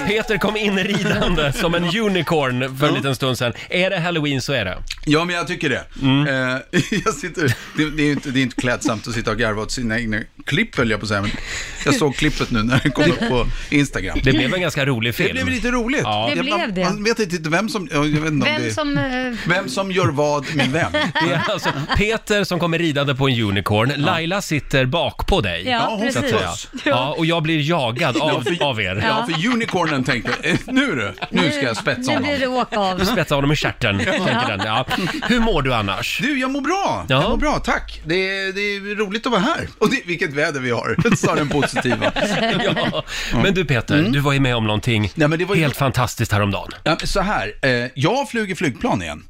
Peter kom in ridande som en unicorn för en
Ja.
liten stund sedan. Är det halloween så är det.
Ja, men jag tycker det.
Mm.
Eh, jag sitter, det, det, är ju inte, det är inte klädsamt att sitta och garva åt sina egna klipp, höll jag på att säga. Men jag såg klippet nu när det kom upp på Instagram.
Det blev en ganska rolig
Det
film.
blev lite roligt.
Ja.
Det
Jag-
blev det.
Man vet inte vem som... Jag vet inte om det,
Vem som... eh,
vem som gör vad med vem.
Det är alltså Peter som kommer ridande på en unicorn. Laila sitter bak på dig.
Ja,
Ja, hon
så att
precis.
säga. Ja, och jag blir jagad av, av er.
Ja, för unicornen tänkte, eh, nu du, nu ska jag spetsa
Nu blir det
honom.
åka av.
Spetsa honom i stjärten, tänker den. Ja. Hur mår du annars?
Du, jag mår bra.
Ja.
Jag mår bra, tack. Det är, det är roligt att vara här. Och det, vilket väder vi har, sa den positiva.
Ja. Men du Peter, du var ju med om någonting
Mm. Nej, men det var ju-
helt fantastiskt häromdagen.
Ja, men så här, eh, jag flyger flygplan igen.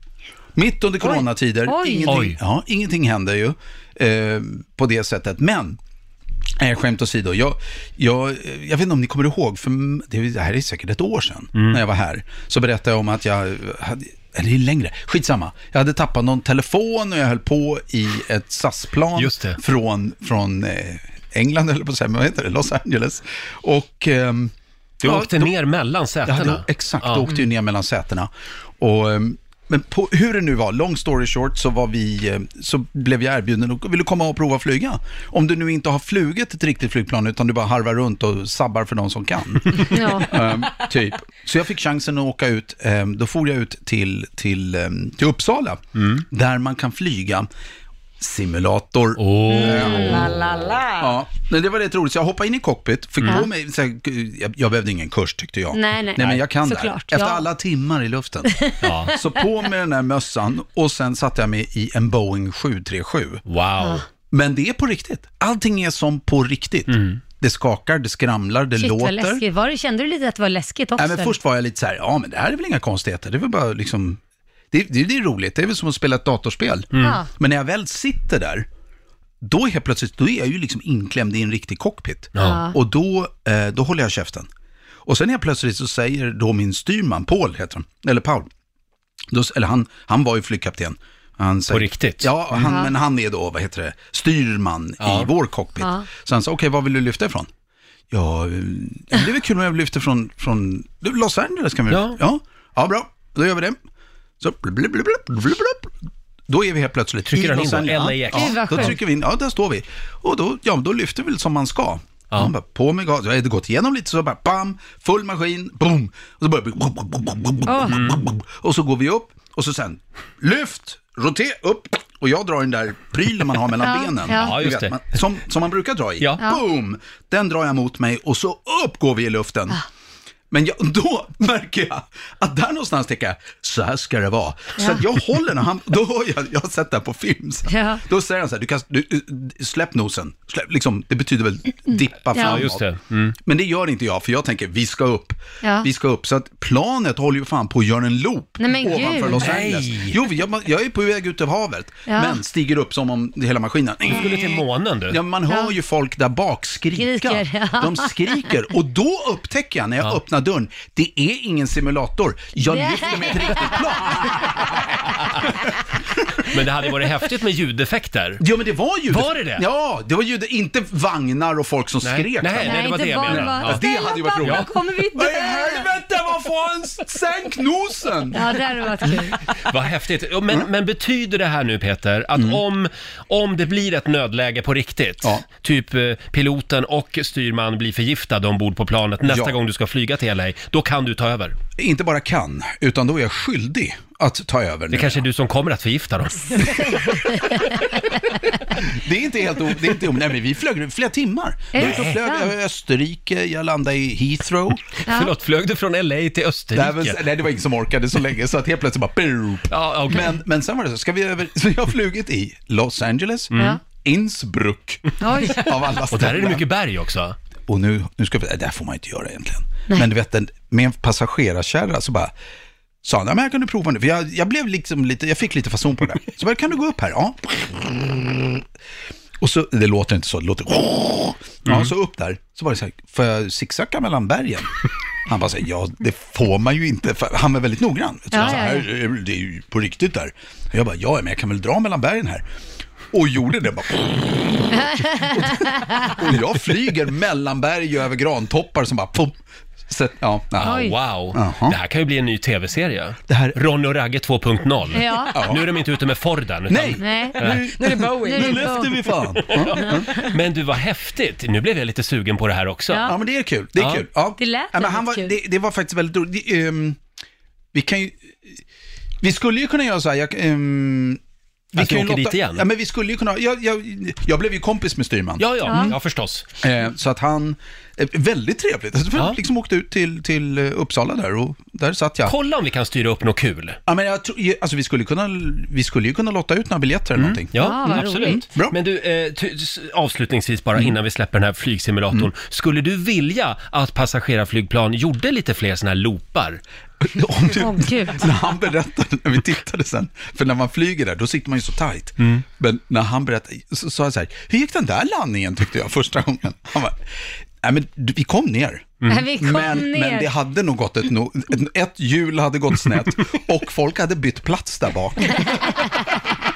Mitt under coronatider.
Oj.
Ingenting,
Oj.
Ja, ingenting händer ju eh, på det sättet. Men, eh, skämt åsido, jag, jag, eh, jag vet inte om ni kommer ihåg, för m- det, det här är säkert ett år sedan
Mm.
när jag var här, så berättade jag om att jag hade eller det är längre, skitsamma. Jag hade tappat någon telefon och jag höll på i ett SAS-plan
Just det.
från, från eh, England, eller på att säga, men vad heter det, Los Angeles. Och... ehm,
Du
ja,
åkte
då-
ner mellan
Ja,
sätena.
det, exakt,
Ja.
då
Mm.
åkte ju ner mellan sätena. Och, ehm, men på, hur det nu var, long story short, så, var vi, ehm, så blev jag erbjuden och ville komma och prova att flyga. Om du nu inte har flugit ett riktigt flygplan, utan du bara harvar runt och sabbar för de som kan.
Ja.
Ehm, typ. Så jag fick chansen att åka ut, ehm, då for jag ut till, till, ehm, till Uppsala,
Mm.
där man kan flyga simulator. Ehm,
La, la, la. Mm.
Ja, men det var rätt roligt. Så jag hoppade in i cockpit, fick på mig, så här, jag, jag behövde ingen kurs tyckte jag.
Nej, nej.
nej men jag kan det här.
Såklart,
Efter
ja.
alla timmar i luften. Så på med den här mössan och sen satte jag mig i en Boeing 737.
Wow.
Men det är på riktigt. Allting är som på riktigt. Det skakar, det skramlar, det
Shit vad
låter.
läskigt. Var det, kände du lite att det var läskigt också?
Nej, men först var jag lite så här, ja men det här är väl inga konstigheter, det är väl bara liksom, det, det, det är roligt, det är väl som att spela ett datorspel.
Ja.
Men när jag väl sitter där, då helt plötsligt, då är jag ju liksom inklämd i en riktig cockpit.
Ja.
Och då, eh, då håller jag käften. Och sen helt plötsligt så säger då min styrman, Paul heter han, eller Paul, då, eller han, han var ju flygkapten. Han säger,
riktigt?
Ja, han,
Mm.
men han är då, vad heter det, styrman i vår cockpit.
Ja.
Så han sa, okej, vad vill du lyfta ifrån? Ja, eh, det är väl kul om jag lyfter från, från Los Angeles kan vi
Ja.
ja. Ja, bra, då gör vi det. Så blub, blub, blub, blub, blub. Då är vi helt plötsligt
Trycker
i
han in
Los
då?
Angeles.
LAX.
Gud,
Ja,
vad
då
skönt.
trycker vi in, ja där står vi. Och då, ja, då lyfter vi väl som man ska.
Ja.
Han bara, på med gas. Jag hade gått igenom lite så bara, bam, full maskin, boom. Och så börjar vi, och så går vi upp och så sen, lyft, roter, upp. Och jag drar den där prylen man har mellan
Ja,
benen.
ja.
Ja,
Du
just
vet,
det.
Man, som, som man brukar dra i.
Ja.
Boom! Den drar jag mot mig och så upp går vi i luften.
Ah.
Men jag, då märker jag att där någonstans tänker jag, så här ska det vara. Så att jag håller när han, då hör jag, jag har sett det här på film, sen.
Ja.
då säger han så här, du kan, du, du- släpp nosen, släpp, liksom, det betyder väl dippa framåt.
just det. Mm.
Men det gör inte jag, för jag tänker, vi ska upp,
Ja.
vi ska upp. Så att planet håller ju fan på att göra en loop
Nej, men
ovanför
gud.
Los Angeles. Jo, jag, jag är på väg ut över havet,
Ja.
men stiger upp som om hela maskinen,
Skulle till månen du.
Ja, man hör ju folk där bak skrika.
Skriker, ja.
De skriker. Och då upptäcker jag när jag öppnar dörren, det är ingen simulator. Jag
Nej.
lyfter med ett riktigt plan.
Men det hade varit häftigt med ljudeffekter.
Ja, men det var ju...
Var det det?
Ja, det var ju det. Inte vagnar och folk som
Nej.
skrek.
Nej.
där.
det var det jag
barn
menade.
bara,
Ja.
Det hade ju varit
"Snälla
roligt."
mamma, kommer vi
Vad i
dö?
helvete, vad fan, sänk nosen!
Ja, det hade varit kul.
Vad häftigt. Ja,
Mm.
Men, men betyder det här nu Peter, att om, om det blir ett nödläge på riktigt,
Ja.
typ eh, piloten och styrman blir förgiftade ombord på planet nästa
Ja.
gång du ska flyga till LA, då kan du ta över.
Inte bara kan, utan då är jag skyldig att ta över.
Det kanske är du som kommer att förgifta dem.
Det är inte helt o- det är inte om. Nej, men vi flög flera timmar. Jag var ute och flög över Österrike, jag landade i Heathrow.
Förlåt, flög du från LA till
Nej,
Österrike?
men, nej, det var ingen som orkade så länge, så att helt plötsligt bara... boop.
Ja, okej.
men, men sen var det så, ska vi över... Så jag har flugit i Los Angeles, Mm. Innsbruck,
Oj.
av alla
Och där är det
ställen.
mycket berg också.
och nu, nu ska vi, nej, det här får man inte göra egentligen. Men du vet, den- med en passagerarkärra så bara, sa han, ja, men här kan du prova nu. För jag, jag blev liksom lite, jag fick lite fason på det. där. Så bara, kan du gå upp här? Ja. Och så, det låter inte så, det låter,
Mm.
ja, så upp där. Så var det så här, får jag zigzacka mellan bergen? Han bara säger, ja det får man ju inte, för han är väldigt noggrann. Så
Ja,
så här,
ja,
Det är ju på riktigt där. Jag bara, ja men jag kan väl dra mellan bergen här. Och gjorde det bara. Och jag flyger mellan berg och över grantoppar som bara... Pum, så, ja, nej.
Oj.
Wow,
Jaha.
det här kan ju bli en ny tv-serie.
Det här-
Ronny och Ragge 2.0.
Ja.
Nu är de inte ute med Forden. Utan...
Nej!
Nej.
Nu är det Bowie.
Nu-
Nu lyfter vi fan! Ja,
Men du, vad häftigt. Nu blev jag lite sugen på det här också.
Ja.
ja men det är kul. Det är
Ja.
kul. Ja.
Det lät
ja, men han var,
väldigt
det,
kul.
det var faktiskt väldigt roligt. Det, ehm, vi kan ju... Vi skulle ju kunna göra så här, jag, ehm,
Att vi åker dit igen?
Ja, men vi skulle ju kunna... Jag, jag, jag blev ju kompis med styrman.
Ja, ja, ja förstås.
Eh, så att han... Eh, väldigt trevligt.
Ja.
Alltså, ja. liksom åkte ut till, till eh, Uppsala där och där satt jag.
Kolla om vi kan styra upp något kul.
Ja, men jag tror, alltså, vi, skulle kunna, vi skulle ju kunna lotta ut några biljetter eller någonting.
Mm. Ja,
Ah, vad
absolut.
roligt.
Bra.
Men du, eh, ty- s- avslutningsvis bara innan vi släpper den här flygsimulatorn.
Mm.
Skulle du vilja att passagerarflygplan gjorde lite fler sådana här loopar?
Om du,
Åh, gud.
när han berättade, när vi tittade sen, för när man flyger där, då sitter man ju så tajt.
Mm.
Men när han berättade, så sa han så här, hur gick den där landningen tyckte jag första gången? Han bara, nej men du, vi kom ner.
Mm.
Nej, vi kom
men,
ner.
men det hade nog gått ett, no- ett, ett hjul hade gått snett och folk hade bytt plats där bak.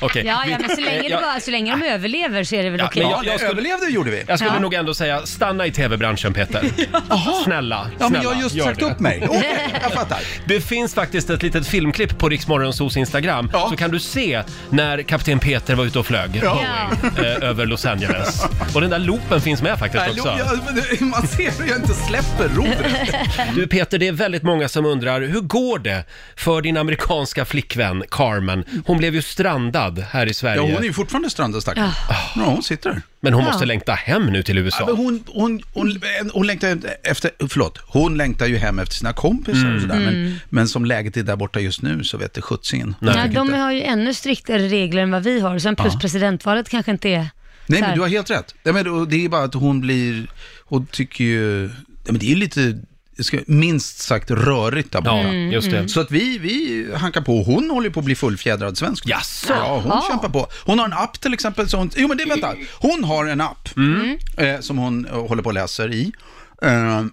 Okej.
Ja, ja,
vi-
men så länge,
eh,
det
jag-
bara, så länge de överlever så är det väl
Ja,
okej.
men
Ja, jag
skulle-
överlevde gjorde vi.
Jag skulle nog ändå säga, stanna i tv-branschen Peter. Snälla,
Ja, men
snälla,
jag har just
gör
sagt
det.
upp mig. Okej, jag fattar.
Det finns faktiskt ett litet filmklipp på Riksmorgonsos Instagram,
Ja.
så kan du se när kapten Peter var ute och flög Boeing, eh, över Los Angeles. Och den där loopen finns med faktiskt
Nej,
också.
jag, Äh, men det- man ser hur jag inte släpper rodret.
Du Peter, det är väldigt många som undrar, hur går det för din amerikanska flickvän Carmen? Hon blev ju strandad här i Sverige,
Ja, hon är ju fortfarande strandad stackarn. Ja, hon sitter där.
men hon måste längta hem nu till USA.
Ja, men hon, hon, hon, hon, längtar efter, förlåt, hon längtar ju hem efter sina kompisar
Mm.
och sådär. Men, men som läget är där borta just nu så vet det sjuttsingen.
Nej.
Nej,
Jag tycker
de
inte-
har ju ännu striktare regler än vad vi har. Sen plus presidentvalet kanske inte är...
Nej
så här.
men du har helt rätt. Nej, men det- det är bara att hon blir, hon tycker ju, nej, men det är ju lite, jag ska- minst sagt rörigt där borta.
Ja,
Mm,
just det.
Så att vi, vi hankar på. Hon håller på att bli fullfjädrad svensk.
Jaså?
Ja, hon kämpar på. Hon har en app till exempel. Så hon, jo, men det, vänta. Hon har en app
Mm.
Mm.
eh, som hon eh, håller på och läser i. Eh, eh,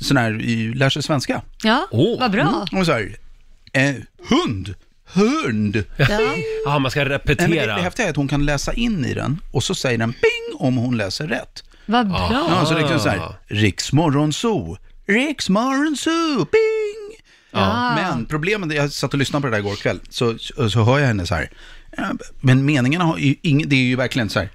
sån här, i, lär sig svenska.
Ja,
Åh.
vad bra.
Mm. Hon säger, eh, hund, hund.
Ja, man ska
Nej, men det,
repetera.
det häftiga är att hon kan läsa in i den och så säger den ping om hon läser rätt.
Vad bra.
Ja, så det kan så här, riksmorgonso, riksmorgonso, ping! Men problemet, jag satt och lyssnade på det där igår kväll, så, så hör jag henne så här, "Ja, men meningarna har ju ingen, det är ju verkligen så här,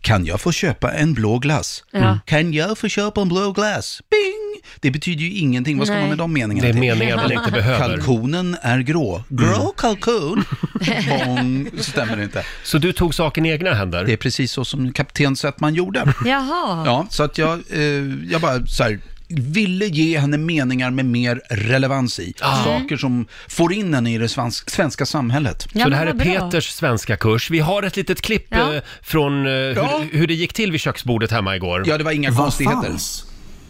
kan jag få köpa en blå glass? Kan jag få köpa en blå glass? Ping! Det betyder ju ingenting, vad ska man
Nej.
med de meningarna
Det är
till?
meningar man inte behöver. Mm.
Kalkonen är grå. Grå kalkon? Bong, stämmer inte.
Så du tog saken i egna händer?
Det är precis så som kapten Sättman gjorde.
Jaha.
Ja, så att jag, eh, jag bara så här, ville ge henne meningar med mer relevans i. Saker som får in henne i det svans- svenska samhället.
Ja,
Så det
men
här är
vad bra.
Peters svenska kurs. Vi har ett litet klipp
Ja.
eh, från eh, hur,
Ja.
hur det gick till vid köksbordet hemma igår.
Ja, det var inga konstigheter.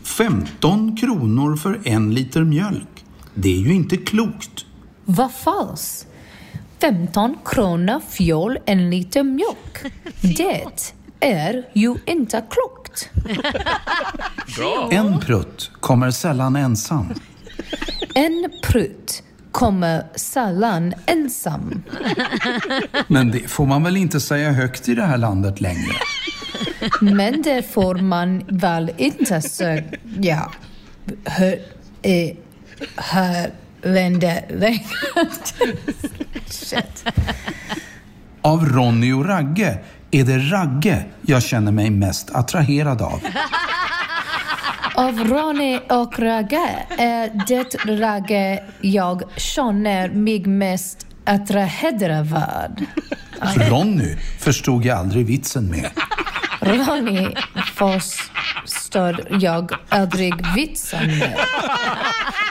15 kronor för en liter mjölk. Det är ju inte klokt.
Vad fas? 15 kronor fjol en liter mjölk. Det är ju inte klokt.
En prutt kommer sällan ensam.
En prutt kommer sällan ensam.
Men det får man väl inte säga högt i det här landet längre?
Men det får man väl inte säga hö- i Hörvände Shit.
Av Ronny och Ragge är det Ragge jag känner mig mest attraherad av.
Av Ronny och Ragge är det Ragge jag känner mig mest attraherad av.
Ronny förstod jag aldrig vitsen med.
Ronny förstår jag aldrig vitsen med.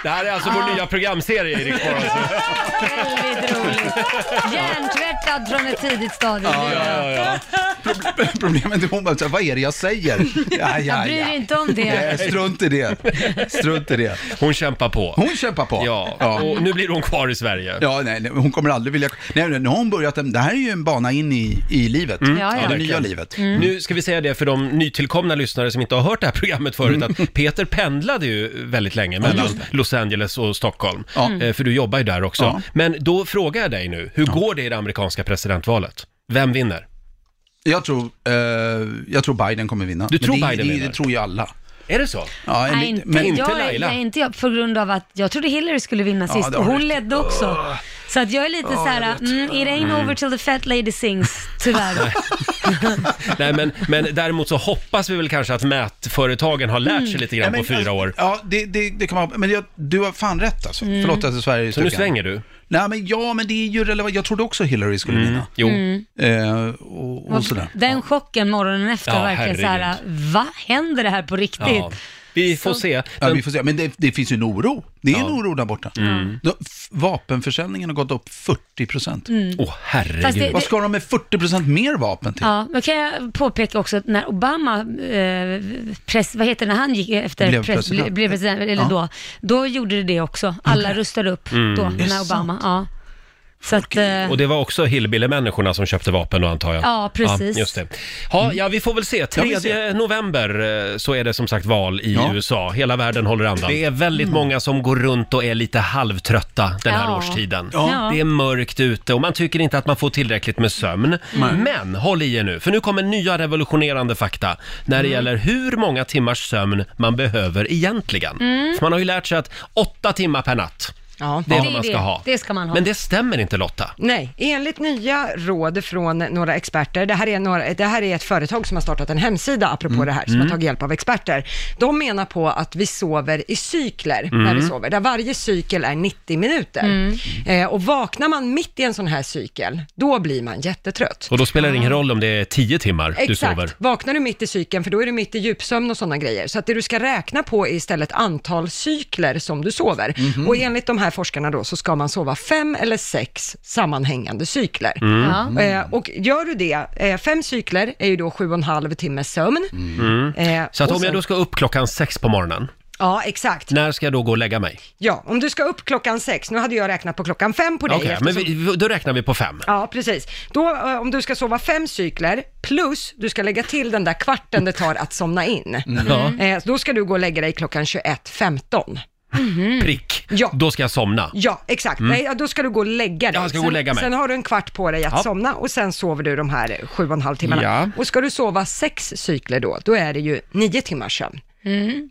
Det här är alltså
Ah.
vår nya programserie i Rix Morgon.
Väldigt roligt. Hjärntvättad från ett tidigt stadium.
Ja, ja, ja, ja. Problemet är hon bara, så här, vad är det jag säger? Ja, ja,
Jag bryr
ja.
inte om
Nej,
det.
strunt i det. Strunt i det.
Hon kämpar på.
Hon kämpar på.
Ja,
Ja.
och nu blir hon kvar i Sverige.
Ja, nej, nej, hon kommer aldrig vilja... Nej, nej, nu har hon börjat... en- Det här är ju en bana in i, i livet.
Ja, Mm. ja.
Det nya
Mm. verkligen.
livet.
Nu ska vi säga det för de nytillkomna lyssnare som inte har hört det här programmet förut,
Mm.
att Peter pendlade ju väldigt länge mellan Los Angeles och Stockholm.
Mm.
Eh, För du jobbar ju där också.
Ja.
Men då frågar jag dig nu, hur går det i det amerikanska presidentvalet? Vem vinner?
Jag tror, eh, jag tror Biden kommer vinna.
Du
Men
tror
det,
Biden
det,
vinner?
Det tror ju alla.
Är det så?
Ja, en
Nej,
liten-
inte,
men,
inte
jag,
Laila.
Nej, inte jag. På grund av att jag trodde Hillary skulle vinna
Ja,
sist
det
och
har
hon
du rätt.
ledde också. Så att jag är lite så här, mm, it ain't over till the fat lady sings, tyvärr.
Nej, men, men däremot så hoppas vi väl kanske att mätföretagen har lärt sig lite grann
men,
på fyra år.
Ja, det, det, det kan man... Men jag, du har fan rätt alltså.
Mm.
Förlåt att Sverige är
Så nu
stugan.
svänger du? Mm.
Nej, men ja, men det är ju relevant. Jag trodde också Hillary skulle vinna.
Jo.
Mm.
Eh, och, och sådär.
Den chocken morgonen efter,
Ja,
verkligen så här, va? Händer det här på riktigt?
Ja. Vi får se.
Ja,
Den Mm.
vi får se. Men det, det finns ju en oro. Det är en oro där borta. Då- f- Vapenförsäljningen har gått upp 40 procent.
Åh herregud.
Mm. Fast det-
Vad ska de med 40 procent mer vapen
Typ.
till?
Ja, men kan jag påpeka också att när Obama, eh, press, vad heter det, när han gick efter
Blev
press,
president.
ble- blev president eller
Ja.
då, då gjorde det det också. Alla rustade upp då, när Obama, ja. Så att, eh,
Mm. Och det var också hillbilly-människorna som köpte vapen då antar jag?
Ja, precis.
Ja, just det. Ja, ja, vi får väl se. 3
vi ser.
november eh, så är det som sagt val i
Ja.
USA. Hela världen håller andan. Det är väldigt många som går runt och är lite halvtrötta den här
Mm. Ja.
årstiden.
Ja.
Det är mörkt ute och man tycker inte att man får tillräckligt med sömn. Men håll i er nu, för nu kommer nya revolutionerande fakta när det
Mm.
gäller hur många timmars sömn man behöver egentligen.
Mm.
För man har ju lärt sig att åtta timmar per natt,
Ja.
det är
Det
vad
är
man ska
det.
ha.
Det ska man ha.
Men det stämmer inte Lotta.
Nej, enligt nya råd från några experter, det här är, några, det här är ett företag som har startat en hemsida, apropå det här, som har tagit hjälp av experter. De menar på att vi sover i cykler när vi sover, där varje cykel är 90 minuter. Eh, och vaknar man mitt i en sån här cykel, då blir man jättetrött.
Och då spelar det ingen roll om det är tio timmar du
Exakt.
sover.
Vaknar du mitt i cykeln, för då är du mitt i djupsömn och sådana grejer. Så att det du ska räkna på är istället antal cykler som du sover.
Mhm.
Och enligt de här forskarna då så ska man sova fem eller sex sammanhängande cykler.
Mm.
ja.
Eh, och gör du det, eh, fem cykler är ju då sju och en halv timmes sömn. Eh,
Mm. Så att
och
om jag
sen-
då ska upp klockan sex på morgonen,
Ja, exakt.
när ska jag då gå och lägga mig?
Ja, om du ska upp klockan sex, nu hade jag räknat på klockan fem på dig.
Okej,
eftersom-
men vi, vi- då räknar vi på fem.
Ja, precis. Då, eh, om du ska sova fem cykler, plus du ska lägga till den där kvarten det tar att somna in.
Ja,
Eh, då ska du gå och lägga dig klockan 21.15.
prick.
Mhm. Ja.
Då ska jag somna.
Ja, exakt. Nej, ja, då ska du gå och lägga
Mm.
dig.
Ja, jag ska gå och lägga mig.
Sen, sen har du en kvart på dig att
Ja.
somna och sen sover du de här sju och en halv timmarna.
Ja.
Och ska du sova sex cykler då, då är det ju nio timmars sömn.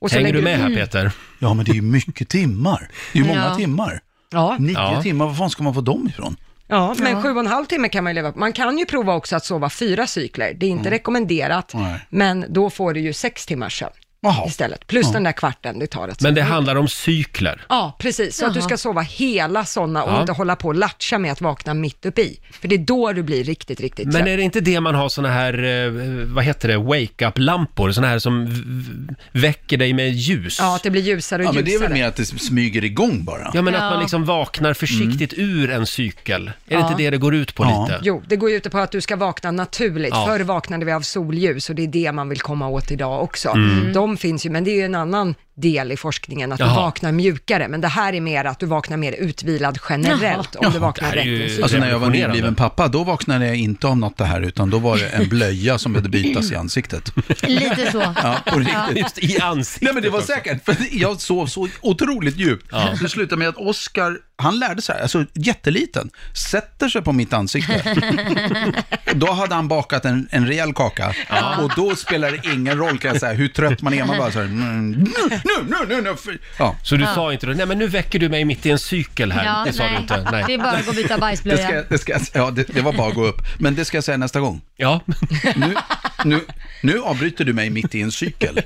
Och så
Hänger
lägger
du med här Peter?
Ja, men det är ju mycket timmar. Det är ju många
Mm. Ja.
timmar.
Ja,
Nio
Ja.
timmar, var fan ska man få dem ifrån?
ja, men sju och en halv timme kan man ju leva på. Man kan ju prova också att sova fyra cykler. Det är
Mm.
inte rekommenderat,
Nej.
men då får du ju sex timmars sömn
Jaha.
istället. Plus den där kvarten det tar att
Men det handlar om cykler.
Ja, precis. Så att du ska sova hela sådana och
Ja.
inte hålla på och latcha med att vakna mitt uppe i. För det är då du blir riktigt, riktigt
Men
trött.
är det inte det man har såna här, eh, vad heter det, wake-up-lampor? Såna här som v- v- väcker dig med ljus?
Ja, att det blir ljusare och
Ja, men det är
ljusare.
väl mer att det smyger igång bara. Mm.
Ja, men
Ja.
att man liksom vaknar försiktigt ur en cykel. Är det inte det det går ut på
Ja.
lite?
Jo, det går ju ut på att du ska vakna naturligt.
Ja.
Förr vaknade vi av solljus och det är det man vill komma åt idag också. De finns ju, men det är ju en annan del i forskningen, att
Mm. Jaha.
du vaknar mjukare. Men det här är mer att du vaknar mer utvilad generellt om du vaknar
det här
rätt.
är ju
Ju...
Alltså när jag var
revolutionerande.
nybliven pappa, då vaknade jag inte av något det här, utan då var det en blöja som behövde bytas i ansiktet.
lite så.
Ja, på riktigt.
Just i ansiktet alltså.
Nej men det var
också.
säkert, för jag sov så otroligt djupt. Det slutade med att Oscar, han lärde sig, alltså jätteliten, sätter sig på mitt ansikte. då hade han bakat en, en rejäl kaka och då spelar det ingen roll kan jag säga hur trött man är, man bara så här, mm, nu, nu, nu, nu, nu. för-" Ja.
Så du
Ja.
sa inte då, nej men nu väcker du mig mitt i en cykel här.
Ja,
det sa
nej.
du inte. Nej.
Det är bara att gå och byta
Det, ska,
bajsblöja.
jag- det, ska, jag- ja, det, det var bara att gå upp. Men det ska jag säga nästa gång.
Ja.
Nu, nu, nu avbryter du mig mitt i en cykel.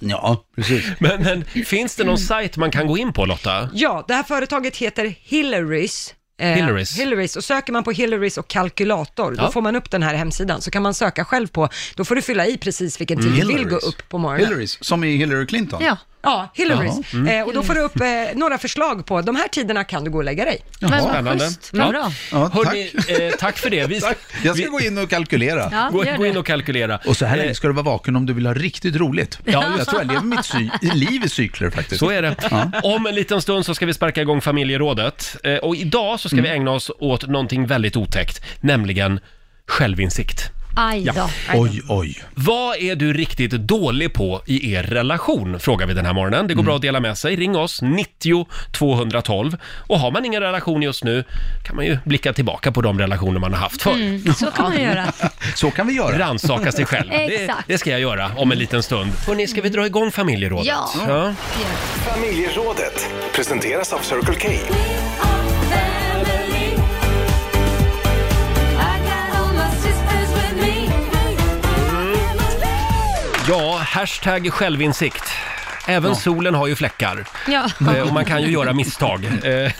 Ja, precis.
Men, men finns det någon sajt man kan gå in på Lotta?
Ja, det här företaget heter Hillarys. Eh,
Hillarys.
Hillarys. Och söker man på Hillarys och kalkylator, då
Ja.
får man upp den här hemsidan. Så kan man söka själv på, då får du fylla i precis vilken tid du vill gå
Hillary's.
upp på morgonen.
Hillarys, som i Hillary Clinton.
Ja.
Ja, Hillarys.
Jaha, mm.
Eh, och då får du upp eh, några förslag på, de här tiderna kan du gå och lägga dig.
Men vad
Spännande.
schysst. Men bra.
Ja, tack.
Hörrni, eh, tack för det. Vi ska,
Tack. Jag
vi,
ska gå in och kalkylera.
Ja,
gå,
gör
gå in
det.
och kalkylera. Eh,
Och så här länge ska du vara vaken om du vill ha riktigt roligt.
Ja, just
jag tror jag lever mitt cy- liv i cykler faktiskt.
Så är det. Om en liten stund så ska vi sparka igång familjerådet. Eh, Och idag så ska vi
Mm.
ägna oss åt någonting väldigt otäckt, nämligen självinsikt.
Aj då.
Oj, oj.
Vad är du riktigt dålig på i er relation? Frågar vi den här morgonen.
Mm.
Det går bra att dela med sig. Ring oss, 90 212. Och har man ingen relation just nu kan man ju blicka tillbaka på de relationer man har haft förr.
Mm, så kan man göra.
Så kan vi göra.
Rannsaka sig själv. det,
Exakt.
det ska jag göra om en liten stund. Hörrni, ska vi dra igång familjerådet?
Ja.
ja.
Familjerådet presenteras av Circle K.
Ja, hashtag självinsikt. Även solen har ju fläckar.
Ja.
Eh, Och man kan ju göra misstag. Eh,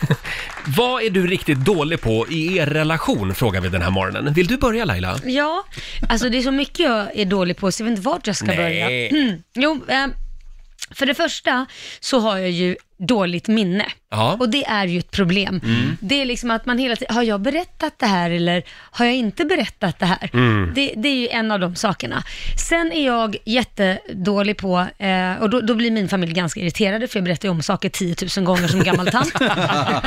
Vad är du riktigt dålig på i er relation? Frågar vi den här morgonen. Vill du börja Laila?
Ja, alltså det är så mycket jag är dålig på så jag vet inte vart jag ska
Nej.
börja. Mm. Jo, eh, för det första så har jag ju dåligt minne.
Ja. Mm.
Och det är ju ett problem. Det är liksom att man hela tiden, har jag berättat det här eller har jag inte berättat det här?
Mm.
Det, det är ju en av de sakerna. Sen är jag jättedålig på, eh, och då, då blir min familj ganska irriterade för jag berättar ju om saker 10 000 gånger som gammal tant.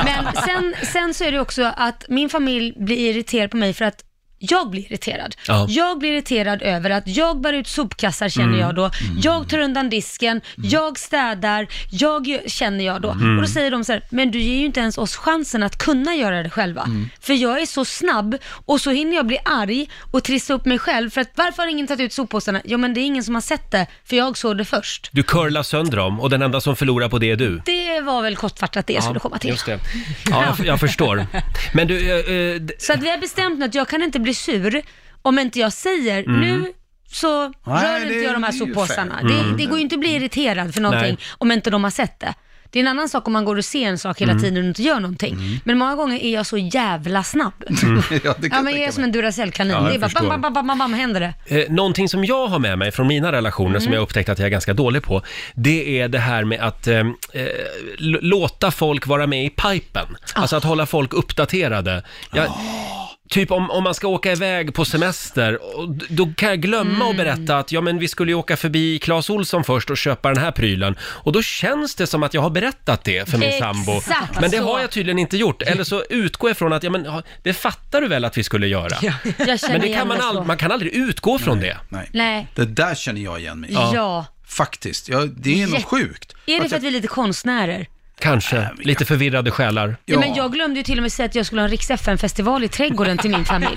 Men sen, sen så är det också att min familj blir irriterad på mig för att jag blir irriterad.
Ja.
Jag blir irriterad över att jag bär ut sopkassar känner jag då. Jag tar undan disken, jag städar, jag gör- känner jag då. Och då säger de så här, men du ger ju inte ens oss chansen att kunna göra det själva. För jag är så snabb och så hinner jag bli arg och trissa upp mig själv för att varför har ingen tagit ut soppåsarna? Jo men det är ingen som har sett det, för jag såg det först.
Du curlar sönder dem och den enda som förlorar på det är du.
Det var väl kortfattat det jag skulle komma till.
Just det. Ja, jag, jag förstår. Men du, eh, eh, d-
Så att vi har bestämt nu att jag kan inte bli sur om inte jag säger nu så rör
Nej,
inte
det
jag de här
är ju
soppåsarna. Det, det går ju inte att bli irriterad för någonting
Nej.
om inte de har sett det. Det är en annan sak om man går och ser en sak hela tiden och inte gör någonting. Men många gånger är jag så jävla snabb.
Ja, det
Ja,
kan
men jag är
jag
som en Duracell-kanin.
Ja, jag
det är bara
förstår.
bam, bam, bam, bam, bam, bam, händer det.
eh, någonting som jag har med mig från mina relationer
Mm.
som jag upptäckt att jag är ganska dålig på, det är det här med att eh, eh, l- låta folk vara med i pipen.
Ah.
Alltså att hålla folk uppdaterade. Jag, Typ om, om man ska åka iväg på semester, och d- då kan jag glömma
Mm.
att berätta att ja, men vi skulle ju åka förbi Clas Olsson först och köpa den här prylen. Och då känns det som att jag har berättat det för min
Exakt
sambo. Men det
så.
har jag tydligen inte gjort. Eller så utgår jag från att ja, men, ja, det fattar du väl att vi skulle göra.
Jag känner
Men det
igen
kan man,
det så.
all, man kan aldrig utgå från det.
Nej.
Nej.
Det där känner jag igen mig i.
Ja.
Faktiskt. Ja, det är något
Jätte-
sjukt.
Är
Alltså-
det för att vi är lite konstnärer?
Kanske. Lite förvirrade själar.
Ja. men jag glömde ju till och med säga att jag skulle ha en riks festival i trädgården till min familj.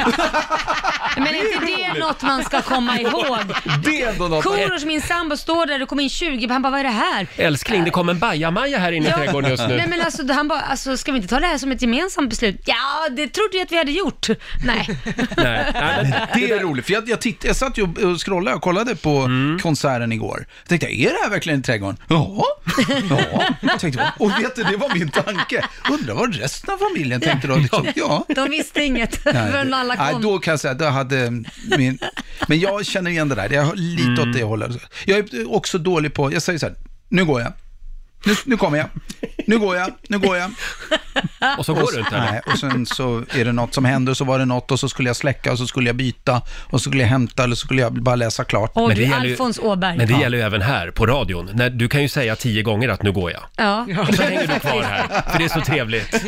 men är inte det något man ska komma ihåg?
Det är ändå något.
Korosh, min sambo, står där, det kom in 20, han bara vad är det här?
Älskling, det kom en bajamaja här inne i
Ja.
trädgården just
Nej
nu.
men alltså han bara, alltså, ska vi inte ta det här som ett gemensamt beslut? Ja, det trodde jag att vi hade gjort. Nej.
Nej. Nej, men,
Det är roligt, för jag, jag, titt, jag satt ju och scrollade och kollade på
Mm.
konserten igår. Jag tänkte, är det här verkligen i trädgården? Ja. ja. Jag tänkte, och vet du, det var min tanke. Undrar vad resten av familjen tänkte då. Liksom. Ja.
De visste inget
Nej,
förrän alla
nej,
kom.
då kan jag säga, då hade min... Men jag känner igen det där, jag har lite
Mm.
åt det hållet. Jag är också dålig på, jag säger så här, nu går jag. Nu, nu kommer jag. Nu går jag, nu går jag.
och så går du inte.
Nej, och sen så är det något som händer, så var det något och så skulle jag släcka och så skulle jag byta och så skulle jag hämta eller så skulle jag bara läsa klart.
Och
Men det
du,
gäller ju-
Alfons Åberg.
Men det gäller ju även här på radion. När, du kan ju säga tio gånger att nu går jag.
Ja,
Och så hänger du kvar här, för det är så trevligt.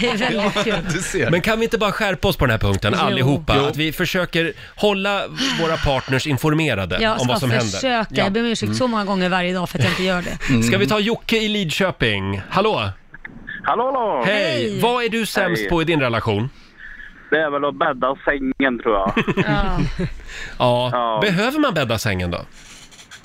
det är väldigt kul.
Du ser.
Men kan vi inte bara skärpa oss på den här punkten
Jo.
allihopa? Att vi försöker hålla våra partners informerade
Jag
om
ska
vad som
försöka,
händer. Mm.
jag ber om ursäkt så många gånger varje dag för att jag inte gör det.
Ska vi ta Jocke i Lidköping? Hallå!
Hallå, hallå!
Hej!
Hej.
Vad är du sämst
Hej.
på i din relation?
Det är väl att bädda sängen tror jag.
Ja.
Ja.
Ja.
Behöver man bädda sängen då?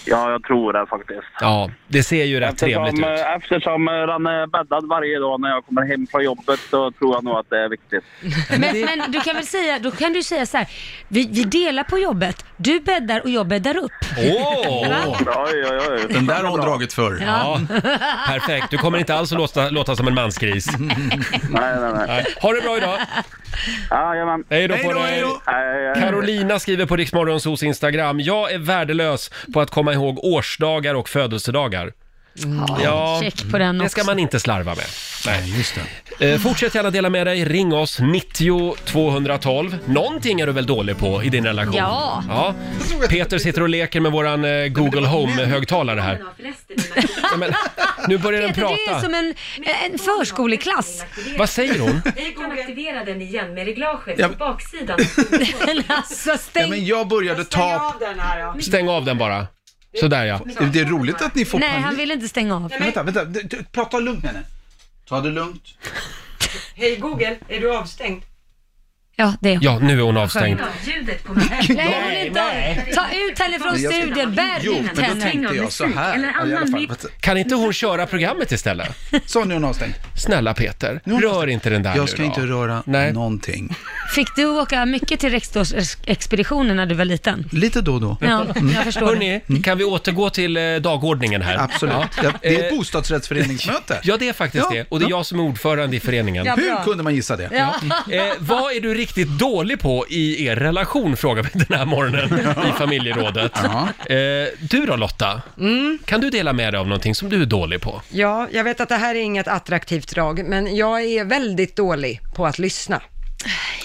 Ja, jag tror det faktiskt.
Ja, det ser ju rätt trevligt ut.
eh, Eftersom eh, den är bäddad varje dag när jag kommer hem från jobbet så tror jag nog att det är viktigt.
Men, men du kan väl säga, då kan du säga så här, vi, vi delar på jobbet, du bäddar och jag bäddar upp. Va?
Oj, oj, oj.
Den där har hon dragit förr.
Ja. Perfekt, du kommer inte alls att låta, låta som en manskris. nej,
nej, nej.
Ha det bra idag!
Jajamän.
Hej då
Hej
på
då,
dig!
hej då.
Carolina skriver på Riksmorgonsos Instagram, jag är värdelös på att komma ihåg årsdagar och födelsedagar. Ja,
Mm. Check på den
det ska
också.
man inte slarva med. Nej, just det. Eh, fortsätt gärna dela med dig, ring oss 90 212. Någonting är du väl dålig på i din relation?
Ja.
ja. Peter sitter och leker med våran eh, Google Home-högtalare här. Ja, men, nu börjar den
Peter, du är
prata.
som en, en förskoleklass.
Vad säger hon?
Vi kommer aktivera den igen med reglaget
Ja.
på baksidan.
alltså,
Ja, men jag började ta...
den här då.
Stäng av den bara. Sådär ja.
Det är roligt att ni får
Nej,
panik.
han vill inte stänga av.
Men Vänta, vänta. Du- du- Prata lugnt med henne. Ta det lugnt.
Hej Google, är du avstängd?
Ja, det är hon.
Ja, nu är hon avstängd.
Stäng av ljudet på mig.
Nej, hon vill inte av. Ta ut henne från
Men jag ska-
studion, bär
Jo,
ut
men då tänkte
henne.
jag så här, Eller i alla annan fall. vitt. Kan inte hon köra programmet istället?
Så nu är hon avstängd.
Snälla Peter, rör inte den där
Jag
nu
ska
då.
inte röra
Nej.
någonting.
Fick du åka mycket till rektorsexpeditionen när du var liten?
Lite då Mm. och då.
Ja, jag förstår
Hörrni, kan vi återgå till eh, dagordningen här?
Absolut. Ja, det är ett
bostadsrättsföreningsmöte. Ja, det är faktiskt
Ja.
det. Och det är jag som är ordförande i föreningen.
Ja, bra. Hur kunde man gissa det? Ja.
Eh, vad är du riktigt dålig på i er relation, frågar vi den här morgonen i familjerådet. Eh, du då Lotta,
Mm.
kan du dela med dig av någonting som du är dålig på?
Ja, jag vet att det här är inget attraktivt drag, men jag är väldigt dålig på att lyssna.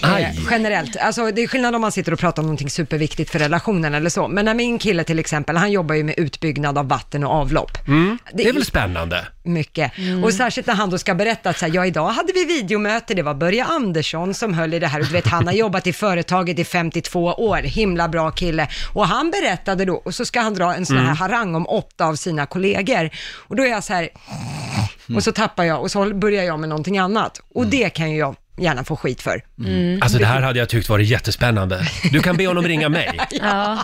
Eh,
Aj.
generellt. Alltså, det är skillnad om man sitter och pratar om någonting superviktigt för relationen eller så. Men när min kille till exempel, han jobbar ju med utbyggnad av vatten och avlopp.
Mm.
Det
Det,
är-
är väl spännande?
mycket. Och särskilt när han då ska berätta att så här, ja idag hade vi videomöte, det var Börje Andersson som höll i det här och du vet han har jobbat i företaget i 52 år, himla bra kille. Och han berättade då, och så ska han dra en sån här
Mm.
harang om åtta av sina kollegor. Och då är jag så här, och så tappar jag och så håll- börjar jag med någonting annat. Och det kan ju jag gärna få skit för.
Alltså det här hade jag tyckt varit jättespännande. Du kan be honom ringa mig.
Ja.
Mm.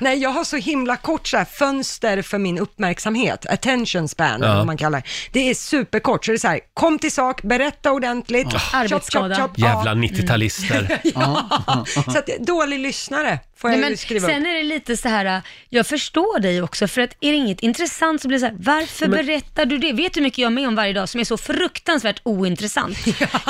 Nej, jag har så himla kort så här, fönster för min uppmärksamhet, attention span,
Ja.
vad man kallar det. Det är superkort, så det är så här, kom till sak, berätta ordentligt.
Ja.
Chop,
Arbetsskada.
Ja.
Jävla 90-talister.
ja. Så att, dålig lyssnare får jag
Nej, men
ju skriva
sen
upp.
är det lite så här, äh, jag förstår dig också, för att är det inget intressant så blir det så här, varför
Men-
berättar du det? Vet du hur mycket jag är med om varje dag som är så fruktansvärt ointressant?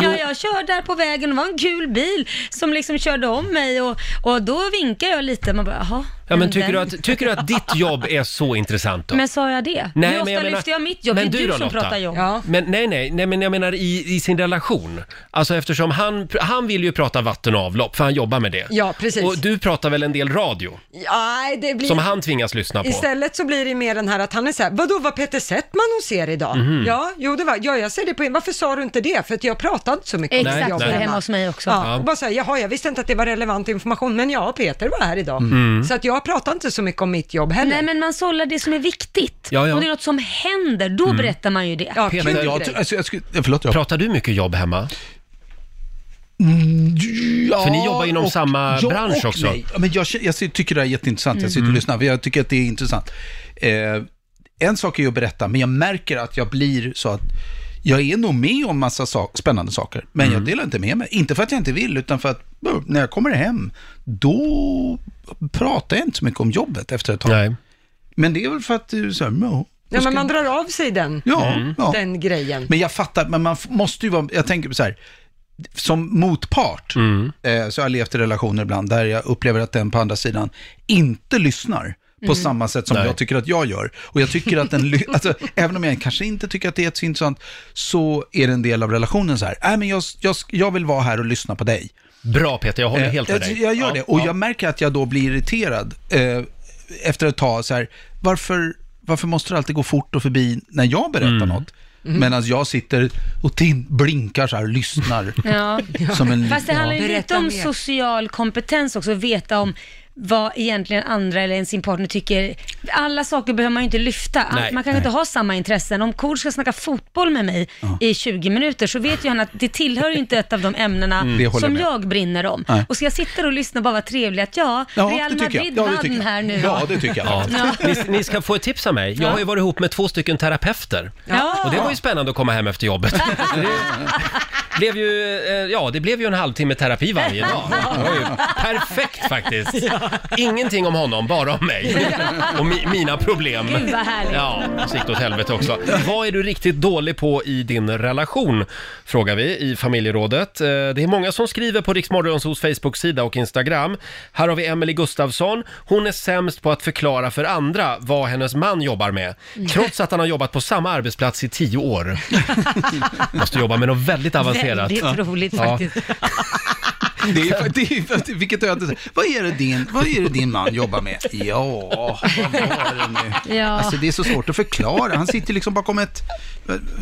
Ja, jag kör där på vägen och det var en kul bil som liksom körde om mig och, och då vinkar jag lite, man bara, jaha.
Ja, men
den-
tycker, du
den."
att, tycker du att ditt jobb är så intressant då?
Men sa jag det?
Nej,
Nej, Hur ofta
men jag menar-
lyfter jag mitt jobb? Det är
Men
du,
då,
som
Lotta?
pratar jobb.
Men, nej, nej, nej, men jag menar i, i sin relation. Alltså eftersom han, han vill ju prata vatten och avlopp, för han jobbar med det.
Ja, precis.
Och du pratar väl en del radio,
Nej, det blir...
som han tvingas lyssna på?
Istället så blir det mer den här att han är så här, vadå var Peter Settman hos er idag?
Mhm.
Ja, jo det var, ja jag ser det på varför sa du inte det? För att jag pratade inte så mycket om
Exakt,
mitt jobb
det är hemma hos mig också.
Ja,
Ja.
Och bara så här, jaha jag visste inte att det var relevant information, men jag och Peter var här idag.
Mm.
Så att jag pratar inte så mycket om mitt jobb heller.
Nej, men man sållar det som är viktigt.
Ja, ja.
Om det är något som händer, då
Mm.
berättar man ju det.
Peter, alltså- Pratar du mycket jobb hemma?
Mm. Ja,
För ni jobbar inom samma
ja,
bransch
och
också.
Nej. Ja, men jag, kä- jag sy- tycker det här är jätteintressant. Jag sitter och
Mm.
lyssnar, för jag tycker att det är intressant. Eh, en sak är ju att berätta, men jag märker att jag blir så att jag är nog med om massa sak, spännande saker, men jag delar inte med mig. Inte för att jag inte vill, utan för att buh, när jag kommer hem, då pratar jag inte så mycket om jobbet efter ett tag. Men det är väl för att du så här, ja,
Ja,
då ska-
men man drar av sig den,
Ja,
Mm.
ja.
den grejen.
Men jag fattar, men man f- måste ju vara, jag tänker så här, som motpart
Mm.
eh, så har jag levt i relationer ibland där jag upplever att den på andra sidan inte lyssnar på
Mm.
samma sätt som
Nej.
jag tycker att jag gör. Och jag tycker att den, ly- alltså, även om jag kanske inte tycker att det är så intressant, så är det en del av relationen så här, nej men jag, jag, jag vill vara här och lyssna på dig.
Bra Peter, jag håller helt med
Eh,
dig.
Jag gör
Ja,
det och
ja.
jag märker att jag då blir irriterad eh, efter ett tag. Så här, varför, varför måste det alltid gå fort och förbi när jag berättar
Mm.
något?
Mm.
Medan jag sitter och tin- blinkar så här, lyssnar.
Ja.
Som en-
Fast det handlar ju
Ja.
lite om social kompetens också, att veta om vad egentligen andra eller ens sin partner tycker. Alla saker behöver man ju inte lyfta. All-
Nej,
man kanske
nej.
inte har samma intressen. Om Kord ska snacka fotboll med mig i 20 minuter så vet ju han att det tillhör ju inte ett av de ämnena
Mm. Det håller
som
jag med.
jag brinner om.
Nej.
Och så jag sitter och lyssnar och bara vad trevligt att ja,
Ja, det
Real
tycker jag.
Madrid
Ja, det tycker
vann
jag.
här nu.
Ja. Ni, ni ska få ett tips av mig. Jag har ju varit ihop med två stycken terapeuter.
Ja.
Och det var ju spännande att komma hem efter jobbet. Så Det blev ju, eh, ja, det blev ju en halvtimme terapi varje dag. Det var ju perfekt faktiskt. Ingenting om honom, bara om mig. Och mi, mina problem.
Gud, vad härligt.
Ja, så gick det åt helvete också. Vad är du riktigt dålig på i din relation? Frågar vi i familjerådet. Eh, Det är många som skriver på Riksmorgonsos Facebook-sida och Instagram. Här har vi Emelie Gustafsson. Hon är sämst på att förklara för andra vad hennes man jobbar med. Trots att han har jobbat på samma arbetsplats i tio år. Måste jobba med något väldigt avancerat.
Väldigt roligt
Ja.
faktiskt.
Det är, ju- det är, ju- det är, vilket öde. Vad är det din, vad är det din man jobbar med? Ja, vad var det nu?
Ja.
Alltså det är så svårt att förklara. Han sitter liksom bakom ett,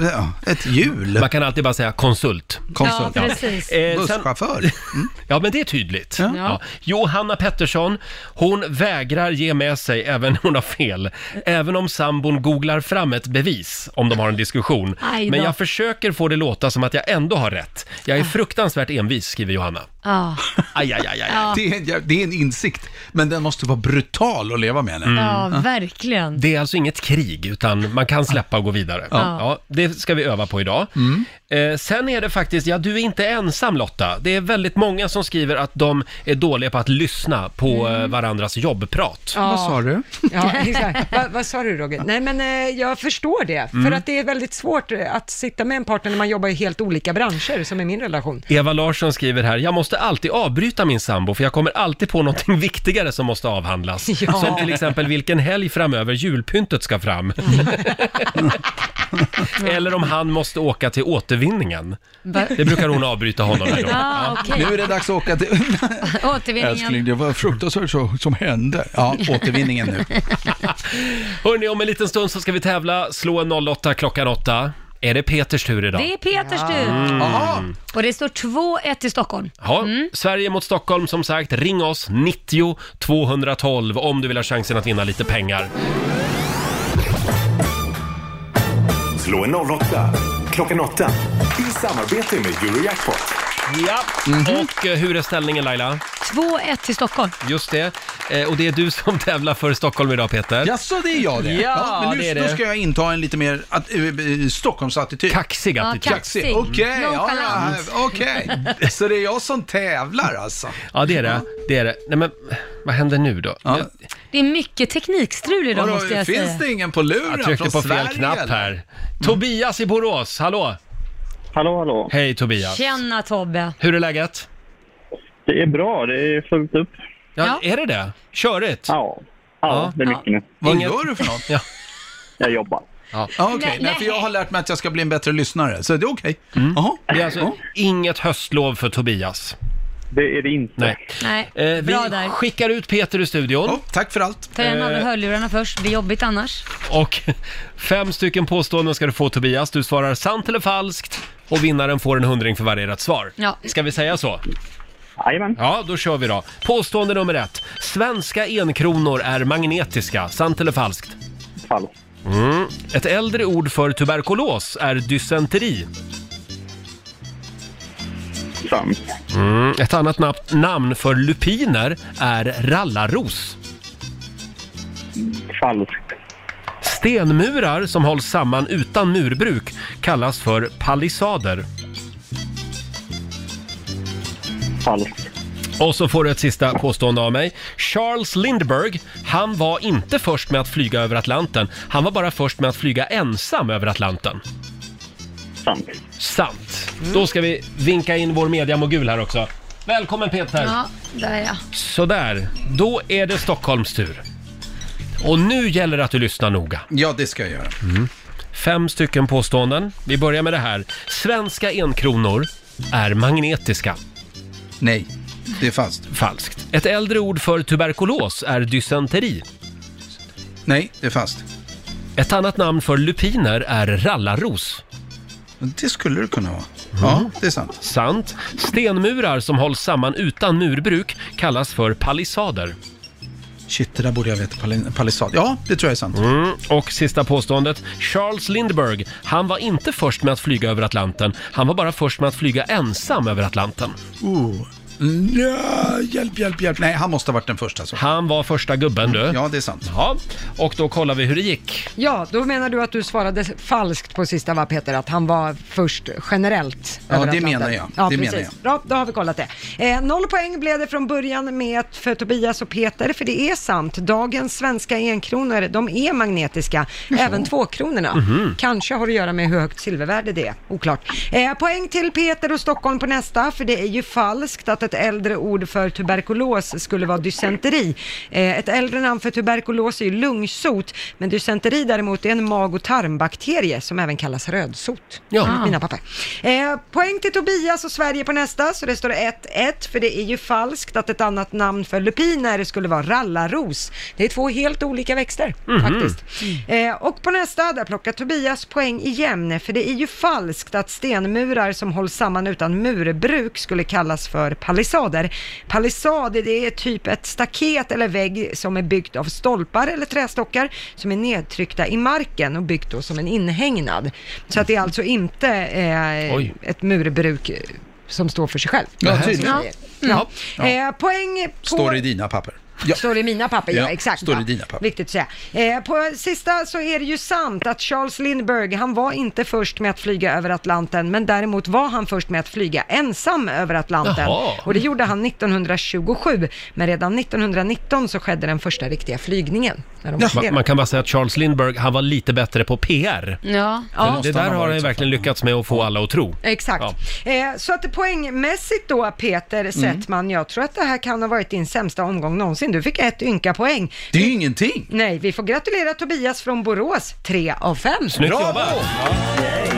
ja, ett hjul.
Man kan alltid bara säga konsult.
Konsult.
Ja,
precis.
Eh, sen-
Busschaufför. Mm.
Ja, men det är tydligt.
Ja.
Ja. Johanna Pettersson, hon vägrar ge med sig även när hon har fel. Även om sambon googlar fram ett bevis om de har en diskussion.
Aj då. Ah.
Men jag försöker få det låta som att jag ändå har rätt. Jag är fruktansvärt envis, skriver Johanna.
Ja.
Aj, aj, aj, aj.
Ja.
Det, är en, jäv- det är en insikt, men den måste vara brutal att leva med.
Mm.
Mm. Eller?
ja, verkligen.
Det är alltså inget krig, utan man kan släppa och gå vidare.
Ja.
Ja. det ska vi öva på idag.
Mm.
Eh, sen är det faktiskt, ja du är inte ensam Lotta. Det är väldigt många som skriver att de är dåliga på att lyssna på eh, varandras jobbprat.
Ja. Vad sa
du?
Ja, exakt. Va, vad sa du Roger? Nej men eh, jag förstår det,
Mm.
för att det är väldigt svårt eh, att sitta med en partner när man jobbar i helt olika branscher, som i min relation.
Eva Larsson skriver här, jag måste alltid avbryta min sambo för jag kommer alltid på någonting viktigare som måste avhandlas.
Ja.
Som till exempel vilken helg framöver julpyntet ska fram. Eller om han måste åka till återvinningen.
Va?
Det brukar hon avbryta honom med då.
Ja, okej.
Nu är det dags att åka till... Älskling,
Återvinningen.
det var fruktansvärt så, som hände. Ja, återvinningen nu.
Hörni, om en liten stund så ska vi tävla. Slå en 08 klockan 8. Är det Peters tur idag?
Det är Peters tur.
Mm. Jaha.
Och det står 2-1 i Stockholm.
Ja,
Mm.
Sverige mot Stockholm som sagt. Ring oss 90 212 om du vill ha chansen att vinna lite pengar.
Slå en 08 klockan 8 i samarbete med Eurojackpot.
Ja,
Mm-hmm.
och eh, hur är ställningen Laila?
2-1 till Stockholm.
Just det. Eh, Och det är du som tävlar för Stockholm idag Peter.
Jaså, det är jag det?
Ja,
men nu
det är
Då
det.
ska jag inta en lite mer att, eh, eh, Stockholmsattityd.
Kaxig attityd.
attityd. Kaxig.
Kaxig.
Okej, ja, ja,
Nonchalant.
okej. Så det är jag som tävlar alltså?
Ja, det är det. Det är det. Nej men, vad händer nu då? Jag,
Det är mycket teknikstrul idag
Vadå,
måste jag
finns
säga.
det ingen på luren jag tryckte på
från
fel
Sverige,
knapp
eller?
här. Tobias i Borås, hallå!
Hallå, hallå.
Hej Tobias.
Tjena Tobbe.
Hur är läget?
Det är bra, det är fullt upp.
Ja, Är det det? Körigt?
Ja. Ja, det är mycket nu.
Vad
Inget-
gör du för något?
Ja.
Jag jobbar.
Ja.
Okej,
Nej,
nej,
nej.
för jag har lärt mig att jag ska bli en bättre lyssnare, så det är okej. Jaha.
Det är alltså inget höstlov för Tobias.
Det är det inte.
Nej.
Nej,
Eh, vi
bra där.
skickar ut Peter ur studion.
tack för allt.
Ta
Eh.
gärna av dig hörlurarna först, det blir jobbigt annars.
Och fem stycken påståenden ska du få Tobias. Du svarar sant eller falskt och vinnaren får en hundring för varje rätt svar.
Ja.
Ska vi säga så?
Jajamän.
Ja, då kör vi då. Påstående nummer ett. Svenska enkronor är magnetiska. Sant eller falskt?
Falskt.
Mm. Ett äldre ord för tuberkulos är dysenteri.
Sant.
Mm. Ett annat nap- namn för lupiner är rallarros.
Falskt.
Stenmurar som hålls samman utan murbruk kallas för palissader.
Falskt.
Och så får du ett sista påstående av mig. Charles Lindbergh, han var inte först med att flyga över Atlanten. Han var bara först med att flyga ensam över Atlanten.
Sant.
Sant. Då ska vi vinka in vår mediamogul här också. Välkommen Peter!
Ja, där ja.
Sådär, då är det Stockholms tur. Och nu gäller det att du lyssnar noga. Mm.
Ja, det ska jag göra.
Fem stycken påståenden. Vi börjar med det här. Svenska enkronor är magnetiska.
Nej, det är falskt.
Falskt. Ett äldre ord för tuberkulos är dysenteri.
Nej, det är falskt.
Ett annat namn för lupiner är rallarros.
Det skulle det kunna vara.
Mm.
Ja, det är sant.
Sant. Stenmurar som hålls samman utan murbruk kallas för palissader.
Shit, det där borde jag veta. Pal- Palissad. Ja, det tror jag är sant.
Mm. Och sista påståendet. Charles Lindbergh, han var inte först med att flyga över Atlanten. Han var bara först med att flyga ensam över Atlanten.
Oh. Nja, hjälp, hjälp, hjälp. Nej, han måste ha varit den första. Så.
Han var första gubben du.
Ja, det är sant.
Ja, och då kollar vi hur det gick.
Ja, då menar du att du svarade falskt på sista va Peter, att han var först generellt
Ja,
över
det
Atlanten.
menar jag.
Ja,
Det
precis.
menar jag.
Bra, då har vi kollat det. Eh, noll poäng blev det från början med för Tobias och Peter, för det är sant. Dagens svenska enkronor, de är magnetiska, även tvåkronorna.
Mhm.
Kanske har det att göra med hur högt silvervärde det är, oklart. Eh, poäng till Peter och Stockholm på nästa, för det är ju falskt att ett äldre ord för tuberkulos skulle vara dysenteri. Eh, ett äldre namn för tuberkulos är ju lungsot, men dysenteri däremot är en mag och tarmbakterie som även kallas rödsot.
Ja.
Enligt Mina papper. Eh, poäng till Tobias och Sverige på nästa, så det står 1-1, för det är ju falskt att ett annat namn för lupiner skulle vara rallaros. Det är två helt olika växter,
Mhm.
faktiskt. Eh, och på nästa, där plockar Tobias poäng igen, för det är ju falskt att stenmurar som hålls samman utan murbruk skulle kallas för palissader. Palissad, det är typ ett staket eller vägg som är byggt av stolpar eller trästockar som är nedtryckta i marken och byggt då som en inhägnad. Så att det är alltså inte
Oj.
eh, ett murbruk eh, som står för sig själv.
Ja, tydligt.
Ja. Ja.
Ja.
Eh, poäng på...
Står i dina papper. Ja.
Står det i mina papper, ja,
Ja,
exakt.
står det i
ja.
dina papper.
Viktigt att säga. Eh, på sista så är det ju sant att Charles Lindbergh, han var inte först med att flyga över Atlanten, men däremot var han först med att flyga ensam över Atlanten.
Jaha.
Och det gjorde han 1927, men redan 1919 så skedde den första riktiga flygningen. När de
Man,
flög.
man kan bara säga att Charles Lindbergh, han var lite bättre på PR.
Ja.
Det, det där har han ju verkligen lyckats med att få alla att tro.
Exakt.
Ja. Mm.
Eh, så att poängmässigt då, Peter Settman, jag tror att det här kan ha varit din sämsta omgång någonsin. Du fick ett ynka poäng.
Det är ju ingenting.
Nej, vi får gratulera Tobias från Borås, tre av fem.
Snyggt Bravo! jobbat!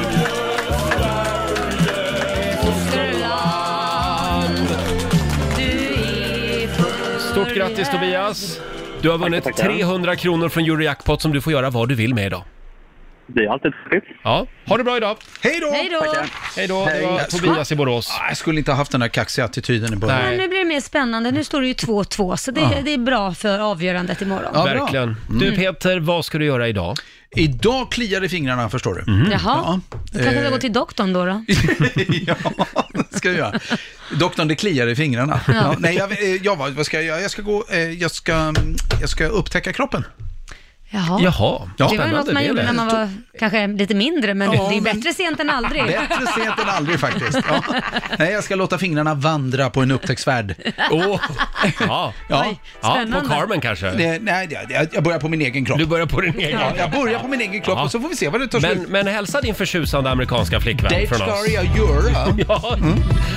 Stort grattis Tobias! Du har vunnit
Tackar, tackar.
300 kronor från Eurojackpot som du får göra vad du vill med idag.
Det är alltid trevligt.
Ja, ha det bra idag!
Hej då! Ah,
Hej då! Tackar.
Hej då! Det var Tobias i Borås.
Jag skulle inte ha haft den där kaxiga attityden i början.
Men nu blir det mer spännande. Nu står det ju 2-2, så det,
Ja.
det är bra för avgörandet imorgon.
Ja, bra. Mm.
Verkligen. Du Peter, vad ska du göra idag? Mm.
Idag kliar det i fingrarna förstår du.
Jaha, du kanske ska
Eh.
gå till doktorn då? då?
Det ska jag göra. Doktorn, det kliar i fingrarna.
Ja.
Ja. nej, jag, eh, jag, vad vad ska jag göra? Jag ska, gå, eh, jag ska, mm, jag ska upptäcka kroppen.
Jaha.
Jaha.
det var ju något man gjorde när man var kanske lite mindre, men
Ja,
det är
men-
bättre sent än aldrig.
Bättre sent än aldrig faktiskt. Ja. Nej, jag ska låta fingrarna vandra på en upptäcktsfärd.
Åh. Ja.
Ja.
Ja, på Carmen kanske?
Det, nej, det- jag, jag börjar på min egen kropp.
Du börjar på din egen?
Ja, jag börjar på min egen kropp
Ja.
och så får vi se vad det tar
men,
slut.
men hälsa din förtjusande amerikanska flickvän
Dave
från oss.
Story och Jura.
Ja.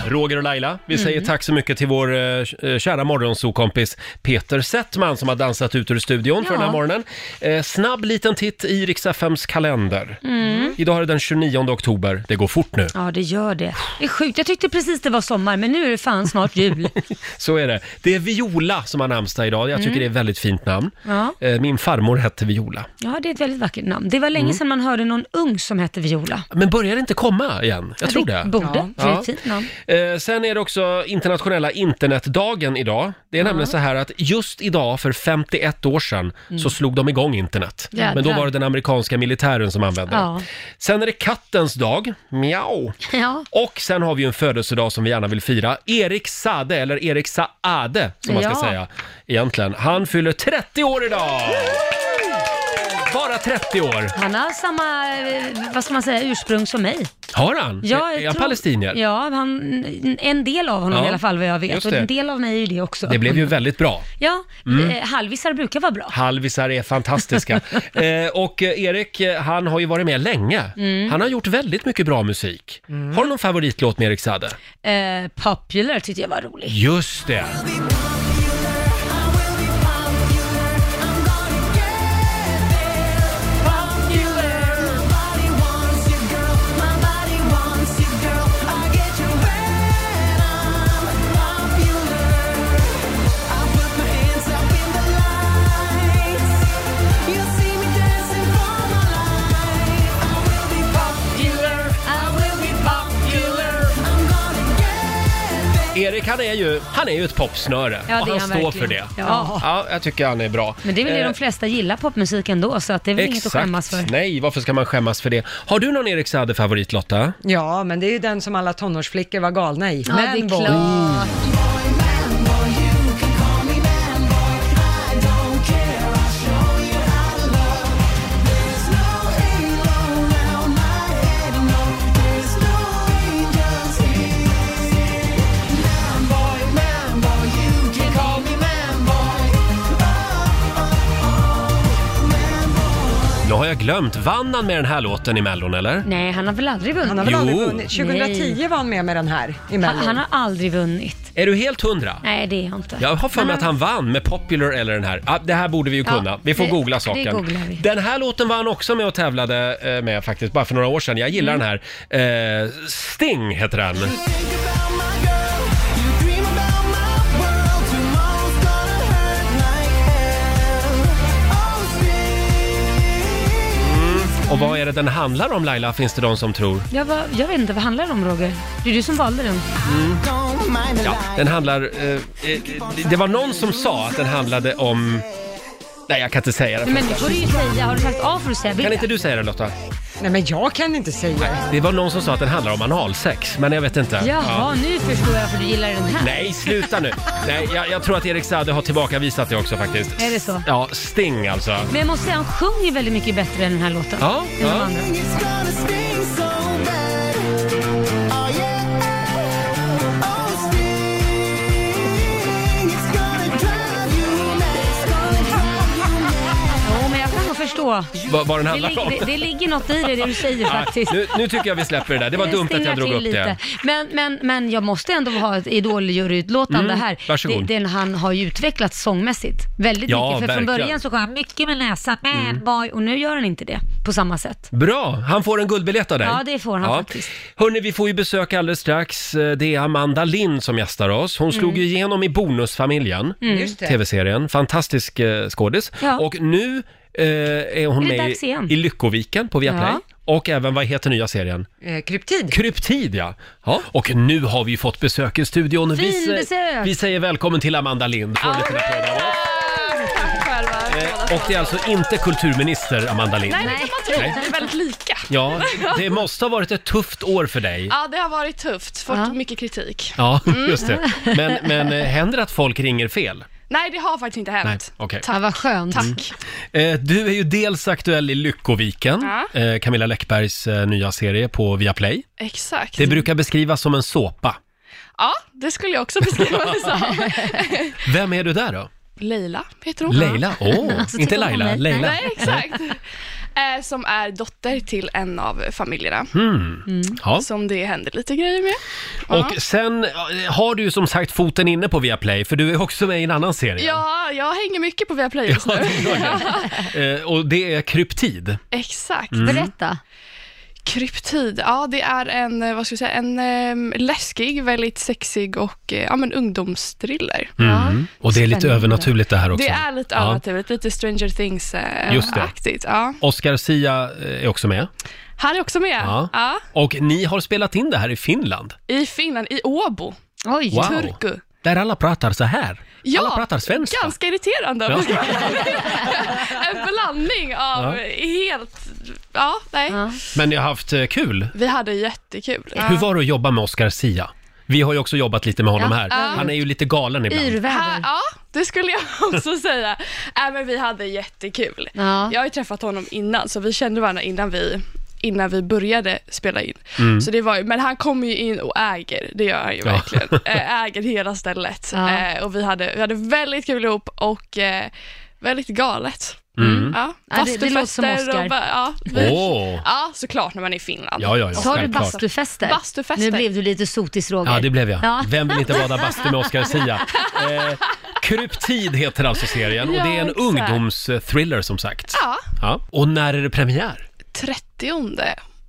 Roger och Laila, vi säger
Mm.
tack så mycket till vår eh, kära morgonsokompis Peter Settman som har dansat ut ur studion för
Ja.
den här morgonen. Eh, snabb liten titt i Rix FMs kalender.
Mm.
Idag är det den 29 oktober, det går fort nu.
Ja, det gör det. Det är sjukt. Jag tyckte precis det var sommar, men nu är det fan snart jul.
Så är det. Det är Viola som har namnsdag idag, jag tycker
Mm.
det är ett väldigt fint namn.
Ja.
Eh, min farmor hette Viola.
ja, det är ett väldigt vackert namn. Det var länge
Mm.
sedan man hörde någon ung som hette Viola.
Men börjar det inte komma igen? Jag
Ja,
tror
det
det.
borde. Det är ett fint namn.
Eh, sen är det också internationella internetdagen idag. Det är nämligen så här att just idag för 51 år sedan
Mm.
så slog de igång internet.
Jädrar.
Men då var det den amerikanska militären som använde
Eh,
Ja.
det. Sen är det kattens dag, miau.
Ja.
Och sen har vi ju en födelsedag som vi gärna vill fira. Erik Sade, eller Erik Saade som man ska
Ja.
säga egentligen. Han fyller 30 år idag! Bara 30 år!
Han har samma, eh, vad ska man säga, ursprung som mig.
Har han?
Ja,
Mm. är
jag
han
tror-
palestinier?
Ja, han, en del av honom
Ja,
i alla fall vad jag vet.
just
Och
det.
en del av mig är ju det också.
Det blev ju väldigt bra.
Ja,
Mm.
eh, halvisar brukar vara bra.
Halvisar är fantastiska. eh, och eh, Erik, eh, han har ju varit med länge.
Mm.
Han har gjort väldigt mycket bra musik. Har du någon favoritlåt med Erik Saade?
Eh, popular tyckte jag var rolig.
Just det! Erik han är ju, han är ju ett popsnöre.
Ja, det
och
är
han,
han
står för
verkligen.
det.
Ja.
ja, jag tycker han är bra.
Men det är väl det
Eh,
de flesta gillar popmusik ändå, så att det är väl inget att skämmas för.
Nej, varför ska man skämmas för det? Har du någon Erik Saade-favorit Lotta?
Ja, men det är ju den som alla tonårsflickor var galna i.
Ja, det är
Manboy.
klart.
Mm. Nu har jag glömt, vann han med den här låten i Mellon eller?
Nej, han har väl aldrig vunnit?
Han har väl
Jo.
aldrig vunnit? 2010
Nej.
var han med med den här i
Han,
Mello.
han har aldrig vunnit.
Är du helt hundra?
Nej, det är jag inte.
Jag har för mig
Men
att han vann med Popular eller den här. Ah, det här borde vi ju
Ja,
kunna. vi får
det-
googla
det
saken.
googlar vi.
Den här låten var han också med och tävlade eh, med faktiskt, bara för några år sedan. Jag gillar
Mm.
den här. Eh, Sting heter den. Mm. Och vad är det den handlar om Laila, finns det de som tror?
Jag, var, jag vet inte, vad handlar det om Roger? Det är du som valde den.
Ja, den handlar... Eh, eh, det- det var någon som sa att den handlade om... Nej, jag kan inte säga det.
Nej, men det får du ju säga. Har du sagt A får du säga B.
Kan inte du säga det Lotta?
Nej, men jag kan inte säga det.
Det var någon som sa att den handlar om analsex, men jag vet inte.
Jaha,
Ja.
nu förstår jag varför du gillar den här.
Nej, sluta nu. Nej, jag, jag tror att Erik Saade har tillbakavisat det också faktiskt.
Är det så?
Ja, Sting alltså.
Men jag måste säga, han sjunger väldigt mycket bättre än den här låten.
Ja,
Än de
ja.
andra. Jo, men jag kan nog förstå.
Vad vad den
Det,
handlar
lig-
om.
det, det ligger något i det, det du säger
Nej,
faktiskt.
nu, nu tycker jag vi släpper det där. Det var
Jag
dumt att
stingar
jag drog
till
upp det.
Men, men, men jag måste ändå ha ett idoljuryutlåtande
Mm,
här.
varsågod.
Det- Den han har ju utvecklats sångmässigt väldigt
Ja,
mycket. För
verkligen.
från början så sjöng han mycket med näsan, man
Mm.
boy, och nu gör han inte det på samma sätt.
Bra! Han får en guldbiljett av dig.
Ja, det får han faktiskt.
Hörni, vi får ju besök alldeles strax. Eh, Det är Amanda Lind som gästar oss. Hon slog
Mm.
ju igenom i Bonusfamiljen,
Mm. Just det.
tv-serien. Fantastisk eh, skådis.
Ja.
Och nu eh, är hon
Är det
med
dags
i,
igen?
i Lyckoviken på Viaplay.
Ja.
Och även, vad heter nya serien?
Eh,
kryptid.
Kryptid, ja. ja. Och nu har vi ju fått besök i studion. vi,
Fin
sä-
besök!
vi säger välkommen till Amanda Lind. Får en liten applåd av oss. Eh, Och det är alltså inte kulturminister Amanda Lind.
Nej, det kan man tro.
Nej.
Vi är väldigt lika.
Ja, det måste ha varit ett tufft år för dig.
Ja, det har varit tufft. Fått mycket kritik.
Ja,
Mm.
just det. Men, men eh, händer det att folk ringer fel?
Nej, det har faktiskt inte hänt.
Nej, okej. Mm.
Tack.
vad skönt.
Tack.
Eh, Du är ju dels aktuell i Lyckoviken,
Ja.
eh, Camilla Läckbergs eh, nya serie på Viaplay.
Exakt.
Det brukar beskrivas som en såpa.
Ja, det skulle jag också beskriva det som.
Vem är du där då?
Leila heter hon.
Leila? Åh, Alltså, inte tycker hon om Laila, mig? Leila.
Nej, exakt. Eh, Som är dotter till en av familjerna.
Hmm.
Mm.
Ja.
Som det händer lite grejer med. Ja.
Och sen eh, har du ju som sagt foten inne på Viaplay, för du är också med i en annan serie.
Ja, jag hänger mycket på Viaplay just
Ja,
nu.
det gör Eh, Och det är Kryptid.
Exakt.
Mm. Berätta.
Kryptid, ja det är en, eh, vad ska jag säga, en ehm, läskig, väldigt sexig och eh, ja, men ungdomsthriller.
Mm. Och det är lite
Spännande.
övernaturligt det här också.
Det är lite
Ja.
övernaturligt, lite Stranger
Just det.
Things-aktigt. ja.
Oscar Sia eh, är också med.
Han är också med.
Ja.
Ja.
Och ni har spelat in det här i Finland.
I Finland, i Åbo.
Oj.
Wow.
Turku.
Där alla pratar så här.
Ja,
alla pratar svenska.
Ganska irriterande.
Ja.
en blandning av
Ja.
helt... Ja, nej.
Men ni har haft eh, kul.
Vi hade jättekul.
Hur var det att jobba med Oscar Sia? Vi har ju också jobbat lite med honom
Ja,
här.
ja.
Han är ju lite galen ibland.
Ha, ja, det skulle jag också säga. Äh, men vi hade jättekul.
Ja.
Jag har ju träffat honom innan, så vi kände varandra innan vi, innan vi började spela in.
Mm.
Så det var ju, men han kommer ju in och äger, det gör han ju
Ja.
verkligen. Äh, äger hela stället. Eh, och vi hade, vi hade väldigt kul ihop och eh, väldigt galet.
Mm.
Ja,
Ja, det- det
bastufester
låter som Oscar.
och ba- ja, vi,
Åh.
ja, såklart när man är i Finland.
Ja, ja, ja,
Sa du
självklart.
bastufester?
Bastufester.
Nu blev du lite sotis Roger.
Ja, det blev jag.
Ja.
Vem vill inte bada bastu med Oscar Sia? Eh, Kryptid heter alltså serien och det är
Ja,
en
exakt.
ungdomsthriller som sagt.
Ja,
Ja. Och när är det premiär?
30
Imorgon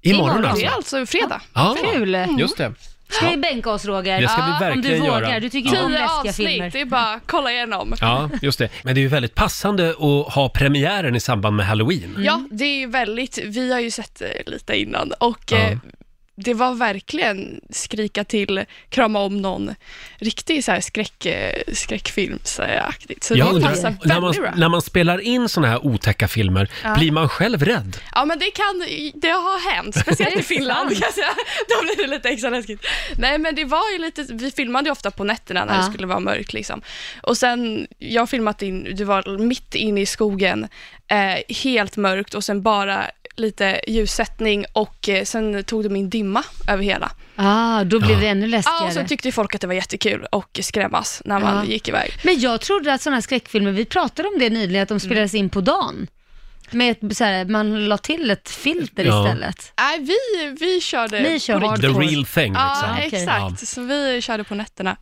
Imorgon. alltså.
Det är alltså fredag.
Ja, Mm.
Kul.
Just det.
Ska vi bänka oss Roger?
Det ska vi
Om du
verkligen
vågar.
göra.
Du tycker ju
Ja.
om
Tio
läskiga
avsnitt,
filmer.
det är bara kolla igenom.
Ja, just det. Men det är ju väldigt passande att ha premiären i samband med halloween.
Ja, det är ju väldigt, vi har ju sett eh, lite innan och
Ja.
eh, det var verkligen skrika till, krama om någon. Riktig så här skräck, eh, skräckfilmsaktigt. Så
Jag
det
undrar,
passar
när man,
väldigt bra.
när man spelar in såna här otäcka filmer,
Ja.
blir man själv rädd?
Ja men det kan, det har hänt, speciellt
Är
i
det
Finland
sant?
kan jag säga. Då blir det lite extra läskigt. Nej men det var ju lite, vi filmade ju ofta på nätterna när
Ja.
det skulle vara mörkt liksom. Och sen, jag har filmat in, det var mitt inne i skogen, eh, helt mörkt och sen bara lite ljussättning och eh, sen tog de in dimma över hela.
Ah, då blev det ännu
Ja, och
läskigare.
sen tyckte ju folk att det var jättekul och skrämmas när man
Ja.
gick iväg.
Men jag trodde att sådana här skräckfilmer, vi pratade om det nyligen, att de spelades in på dagen. Med ett, så här, man la till ett filter
Ja.
istället.
Nej, vi, vi körde
Ni
på
kör
riktigt.
hardcore. The real thing,
Ja,
liksom.
exakt.
Ja.
Så vi körde på nätterna.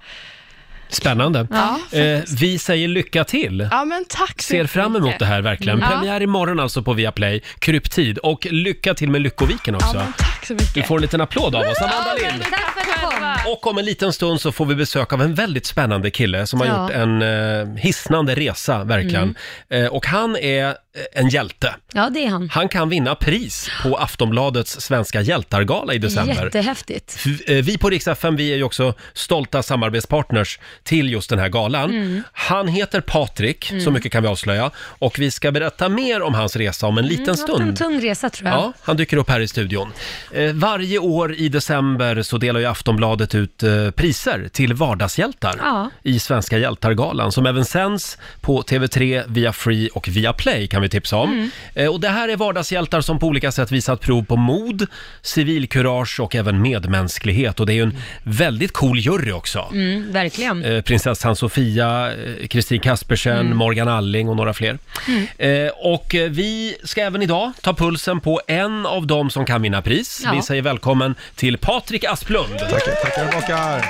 Spännande.
Ja,
eh, vi säger lycka till.
Ja, men tack så
Ser fram emot
mycket. Mm.
det här verkligen.
Ja.
Premiär imorgon alltså på Viaplay, Kryptid. Och lycka till med Lyckoviken också.
Ja, men tack så mycket.
Du får en liten applåd av oss, Amanda Lind.
Tack för att du kom.
Och om en liten stund så får vi besök av en väldigt spännande kille som har
Ja.
gjort en eh, hisnande resa, verkligen.
Mm.
Eh, och han är eh, en hjälte.
Ja, det är han.
Han kan vinna pris på Aftonbladets Svenska hjältargala i december.
Jättehäftigt.
F- eh, Vi på Rix FM, vi är ju också stolta samarbetspartners till just den här galan.
Mm.
Han heter Patrik, så
Mm.
mycket kan vi avslöja. Och vi ska berätta mer om hans resa om en liten
Mm, haft en
stund.
tung resa tror jag.
Ja, han dyker upp här i studion. Eh, varje år i december så delar ju Aftonbladet ut eh, priser till vardagshjältar
Ja.
i Svenska hjältargalan som även sänds på TV3, via Free och via Play kan vi tipsa om.
Mm.
Eh, och det här är vardagshjältar som på olika sätt visat prov på mod, civilkurage och även medmänsklighet. Och det är ju en väldigt cool jury också.
Mm, verkligen.
Eh, prinsessan Sofia, eh, Kristin Kaspersen,
Mm.
Morgan Alling och några fler. Mm. Eh, och eh, vi ska även idag ta pulsen på en av dem som kan vinna pris.
Ja.
Vi säger välkommen till Patrik Asplund.
Tackar, tackar bakar.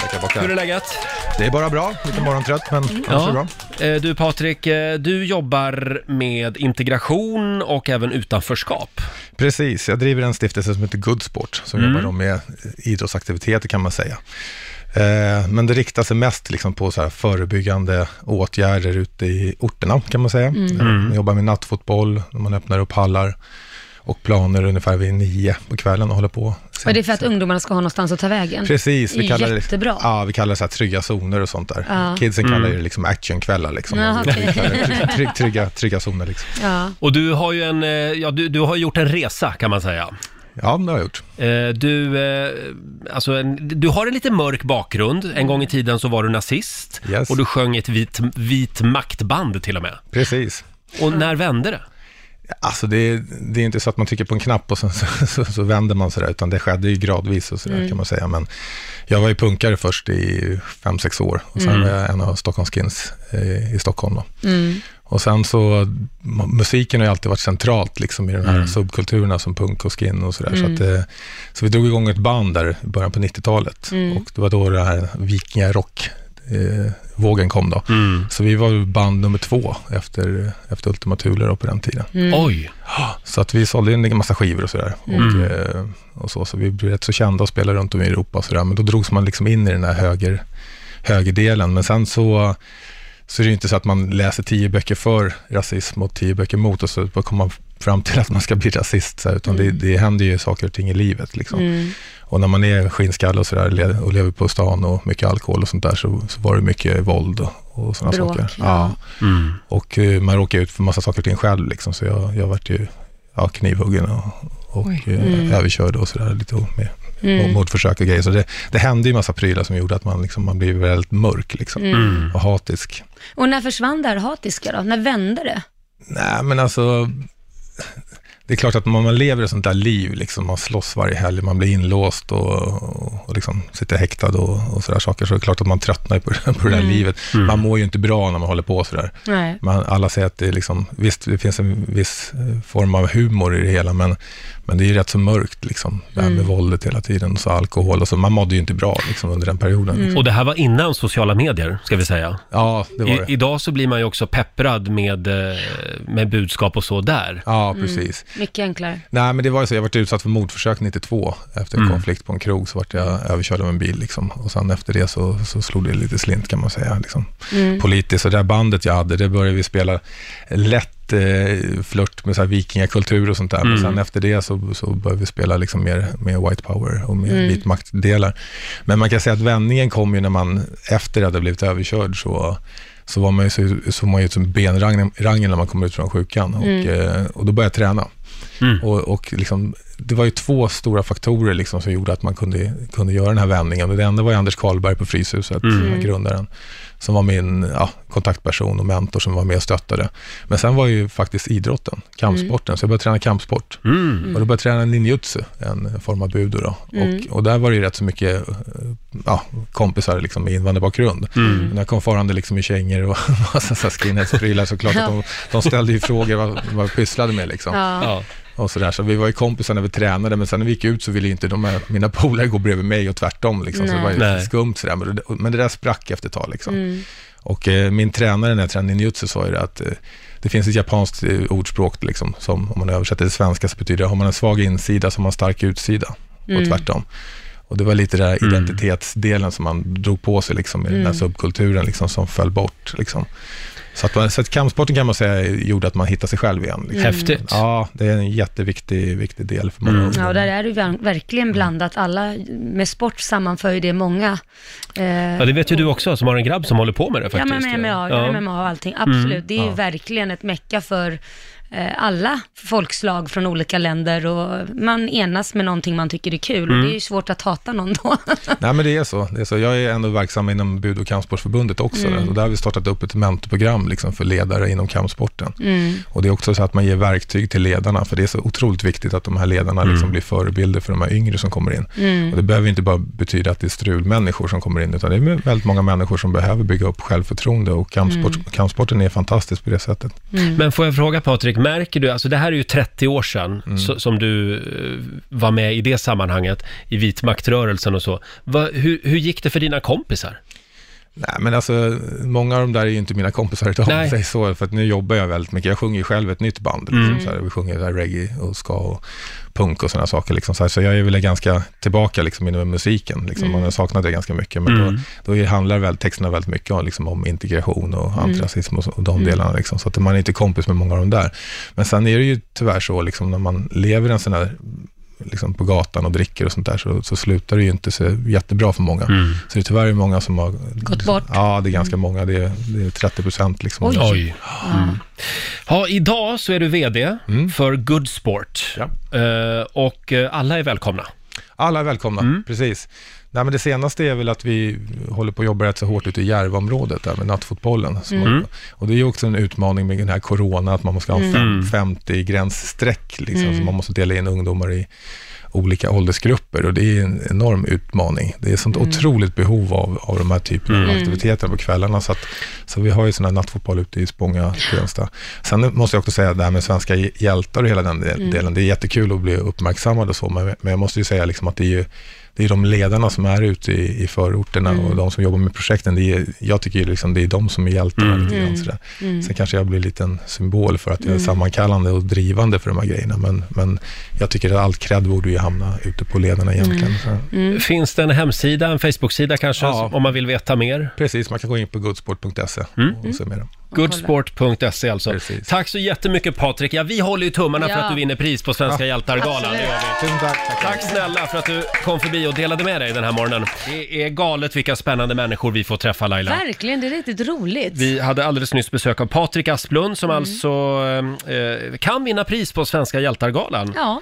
Tackar, bakar.
Hur är läget?
Det är bara bra. Lite morgontrött, men annars är det bra.
Eh, Du Patrik, eh, du jobbar med integration och även utanförskap.
Precis, jag driver en stiftelse som heter Goodsport, som
Mm.
jobbar då med idrottsaktiviteter kan man säga. Eh, Men det riktar sig mest liksom på så här förebyggande åtgärder ute i orterna, kan man säga.
Mm.
Eh, Man jobbar med nattfotboll, när man öppnar upp hallar och planer ungefär vid nio på kvällen och håller på.
Och det är för att ungdomarna ska ha någonstans att ta vägen.
Precis, vi kallar
Jättebra.
det, ja, vi kallar det så här trygga zoner och sånt där.
Ja.
Kidsen
Mm.
kallar det liksom actionkvällar. Liksom.
Ja,
Vi
okej.
kallar det trygg, trygg, trygga, trygga zoner. Liksom.
Ja.
Och du har ju en, eh, ja, du, du har gjort en resa kan man säga.
Ja, det har jag gjort.
Du, eh, alltså en, du har en lite mörk bakgrund. En gång i tiden så var du nazist
Yes.
och du sjöng i ett vit, vit maktband till och med.
Precis.
Och när vände det?
Alltså det, är- det är inte så att man trycker på en knapp och sen så, så, så vänder man sådär, utan det skedde ju gradvis och sådär
Mm.
kan man säga. Men jag var ju punkare först i fem sex år och sen
Mm.
var jag en av Stockholms Kings eh, i Stockholm. Då.
Mm.
Och sen så, m- musiken har ju alltid varit centralt liksom, i de här subkulturerna som punk och skin och sådär.
Mm.
Så, att, eh, så vi drog igång ett band där i början på 90-talet.
Mm.
Och det var då det här vikingarock eh, vågen kom då. Så vi var band nummer två efter, efter Ultima Thule då på den tiden.
Mm. Oj.
Så att vi sålde in en massa skivor och sådär.
Mm.
Och, eh, och så, så vi blev rätt så kända och spelade runt om i Europa och sådär. Men då drogs man liksom in i den här höger, högerdelen. Men sen så, så är det ju inte så att man läser tio böcker för rasism och tio böcker mot och så kommer man fram till att man ska bli rasist. Så här, utan det, det händer ju saker och ting i livet. Liksom.
Mm.
Och när man är skinnskalle och sådär le- och lever på stan och mycket alkohol och sånt där så, så var det mycket våld och, och sådana
Bråk,
saker.
ja.
Och eh, man råkar ut för massa saker och ting själv liksom, så jag, jag vart ju ja, knivhuggen och, och
Oj.
eh,
Mm.
överkörd och sådär lite och med
Mm.
mm. mordförsök och grejer. Så det, det hände ju massa prylar som gjorde att man, liksom, man blev väldigt mörk liksom,
Mm.
och hatisk.
Och när försvann det här hatiska då? När vände det?
Nej, men alltså... Det är klart att man, man lever ett sånt där liv, liksom, man slåss varje helg, man blir inlåst och, och, och liksom sitter häktad och, och sådär saker, så det är klart att man tröttnar på, det- på det där
Mm.
livet. Man mår ju inte bra när man håller på sådär.
Nej.
Man, alla säger att det är liksom, visst, det finns en viss eh, form av humor i det hela, men, men det är ju rätt så mörkt, liksom, det här med
Mm.
våldet hela tiden, och så alkohol och så. Man mådde ju inte bra liksom, under den perioden.
Mm. Och det här var innan sociala medier, ska vi säga.
Ja, det var
I,
det.
Idag så blir man ju också pepprad med, eh, med budskap och så där.
Ja,
Mm.
precis.
Mycket enklare.
Nej, men det var ju så. Jag varit utsatt för mordförsök 92 efter en
Mm.
konflikt på en krog, så vart
Mm.
jag överkörd av en bil liksom. Och sen efter det så, så slog det lite slint kan man säga. Liksom.
Mm.
Politiskt, så det där bandet jag hade, det började vi spela lätt eh, flört med så här vikingakultur och sånt där. Men
Mm.
sen efter det så, så började vi spela liksom mer, mer white power och mer
Mm.
vit maktdelar. Men man kan säga att vändningen kom ju när man, efter det hade blivit överkörd, så så var man ju så, så man ju som benrangen rangen när man kommer ut från sjukan.
Mm.
Och, eh, och då började jag träna. Och, och liksom, det var ju två stora faktorer liksom som gjorde att man kunde, kunde göra den här vändningen. Och Det enda var ju Anders Karlberg på Fryshuset,
Mm.
grundaren, som var min ja, kontaktperson och mentor som var med och stöttade. Men sen var ju faktiskt idrotten, kampsporten,
Mm.
så jag började träna kampsport. Och då började jag träna ninjutsu, en form av budo. Då.
Mm.
Och, och där var det ju rätt så mycket eh, ja, kompisar liksom med invandrarbakgrund.
Mm.
När jag kom farande liksom i kängor och massa så här skinheads-prylar såklart. Att de, de ställde ju frågor vad, vad jag pysslade med liksom.
Ja. Ja.
Och sådär. Så vi var ju kompisar när vi tränade, men sen när vi gick ut så ville ju inte de här, mina polare gå bredvid mig och tvärtom. Liksom. Så det var ju
Nej.
lite
Nej.
skumt sådär. Men, det- men det där sprack efter ett tag. Liksom.
Mm.
Och eh, min tränare när jag tränade ninjutsu sa ju det att eh, det finns ett japanskt eh, ordspråk liksom, som om man översätter till svenska så betyder det har man en svag insida så har man en stark utsida
Mm.
och tvärtom. Och det var lite den här identitetsdelen som man drog på sig liksom, i den här
Mm.
subkulturen liksom, som föll bort. Liksom. Så, att man, så att kampsporten kan man säga gjorde att man hittade sig själv igen. Liksom.
Häftigt. Mm.
Ja, det är en jätteviktig viktig del för många
Ja,
ungdomar.
och där är det ju ver- verkligen blandat. Alla med sport sammanför ju det många. Eh,
Mm. Ja, det vet ju du också som har en grabb som håller på med det
Ja,
faktiskt.
men MMA, jag gör MMA och allting.
Mm,
Absolut, det är ju
ja.
verkligen ett mecka för eh, alla folkslag från olika länder och man enas med någonting man tycker är kul och
Mm.
det är ju svårt att hata någon då.
Nej, men det är, så. det är så. Jag är ändå verksam inom Budo och kampsportsförbundet också.
Mm.
Och där har vi startat upp ett mentorprogram liksom, för ledare inom kampsporten.
Mm.
Och det är också så att man ger verktyg till ledarna, för det är så otroligt viktigt att de här ledarna liksom blir förebilder för de här yngre som kommer in.
Mm.
Och det behöver inte bara betyda att det är strulmänniskor som kommer in, utan det är väldigt många människor som behöver bygga upp självförtroende och kampsport,
Mm.
kampsporten är fantastisk på det sättet.
Men får jag fråga Patrik, märker du, alltså det här är ju 30 år sedan
Mm.
så, som du eh, var med i det sammanhanget, i vitmaktrörelsen och så. Va, hur, hur gick det för dina kompisar?
Nej, men alltså, många av de där är ju inte mina kompisar idag, om
Nej.
man säger så, för att nu jobbar jag väldigt mycket. Jag sjunger ju själv ett nytt band, liksom,
Mm.
så här, vi sjunger så här reggae och ska och punk och sådana saker. Liksom, så, här, så jag är väl ganska tillbaka liksom, inom musiken, liksom.
Mm.
man har saknat det ganska mycket, men
Mm.
då, då handlar väl texterna väldigt mycket om, liksom, om integration och
Mm.
antirasism och, så- och de
Mm.
delarna, liksom, så att man är inte kompis med många av de där. Men sen är det ju tyvärr så, liksom, när man lever en sån här liksom på gatan och dricker och sånt där, så, så slutar det ju inte så jättebra för många.
Mm.
Så det är tyvärr många som har
Gått bort.
Ja, det är ganska många. Det är, det är 30 procent. Liksom.
Oj. Oj. Mm. Ja, idag så är du VD
Mm.
för Good Sport Eh, och eh, alla är välkomna. Mm.
Alla är välkomna, precis. Nej, men det senaste är väl att vi håller på att jobba rätt så hårt ute i Järvaområdet, där med nattfotbollen. Som-
Mm.
Och det är ju också en utmaning med den här corona, att man måste ha en
Mm.
fem- 50-gränsstreck, liksom,
Mm.
så man måste dela in ungdomar i olika åldersgrupper och det är en enorm utmaning. Det är ett sånt
Mm.
otroligt behov av, av de här typerna av
Mm.
aktiviteter på kvällarna. Så, att, så vi har ju sån här nattfotboll ute i Spånga, Tensta. Sen måste jag också säga det här med svenska hj- hjältar och hela den del-
Mm.
delen. Det är jättekul att bli uppmärksammad och så, men, men jag måste ju säga liksom att det är ju det är de ledarna som är ute i, i förorterna
Mm.
och de som jobbar med projekten. Det är, jag tycker ju liksom det är de som är hjältarna.
Mm.
Lite grann,
Mm.
sådär.
Mm.
Sen kanske jag blir en liten symbol för att jag är
Mm.
sammankallande och drivande för de här grejerna. Men, men jag tycker att allt cred borde ju hamna ute på ledarna egentligen.
Mm.
Så.
Finns det en hemsida, en Facebook-sida kanske,
Ja.
om man vill veta mer?
Precis, man kan gå in på goodsport.se och se mer. om.
Goodsport.se alltså. Tack så jättemycket Patrik. Ja, vi håller ju tummarna för
Ja.
att du vinner pris på Svenska
Ja.
hjältar-galan. Det gör vi.
Tusen tack.
Tack snälla för att du kom förbi och delade med dig den här morgonen. Det är galet vilka spännande människor vi får träffa Laila.
Verkligen, det är riktigt roligt.
Vi hade alldeles nyss besök av Patrik Asplund
Mm.
som alltså eh, kan vinna pris på Svenska hjältar-galan.
Ja.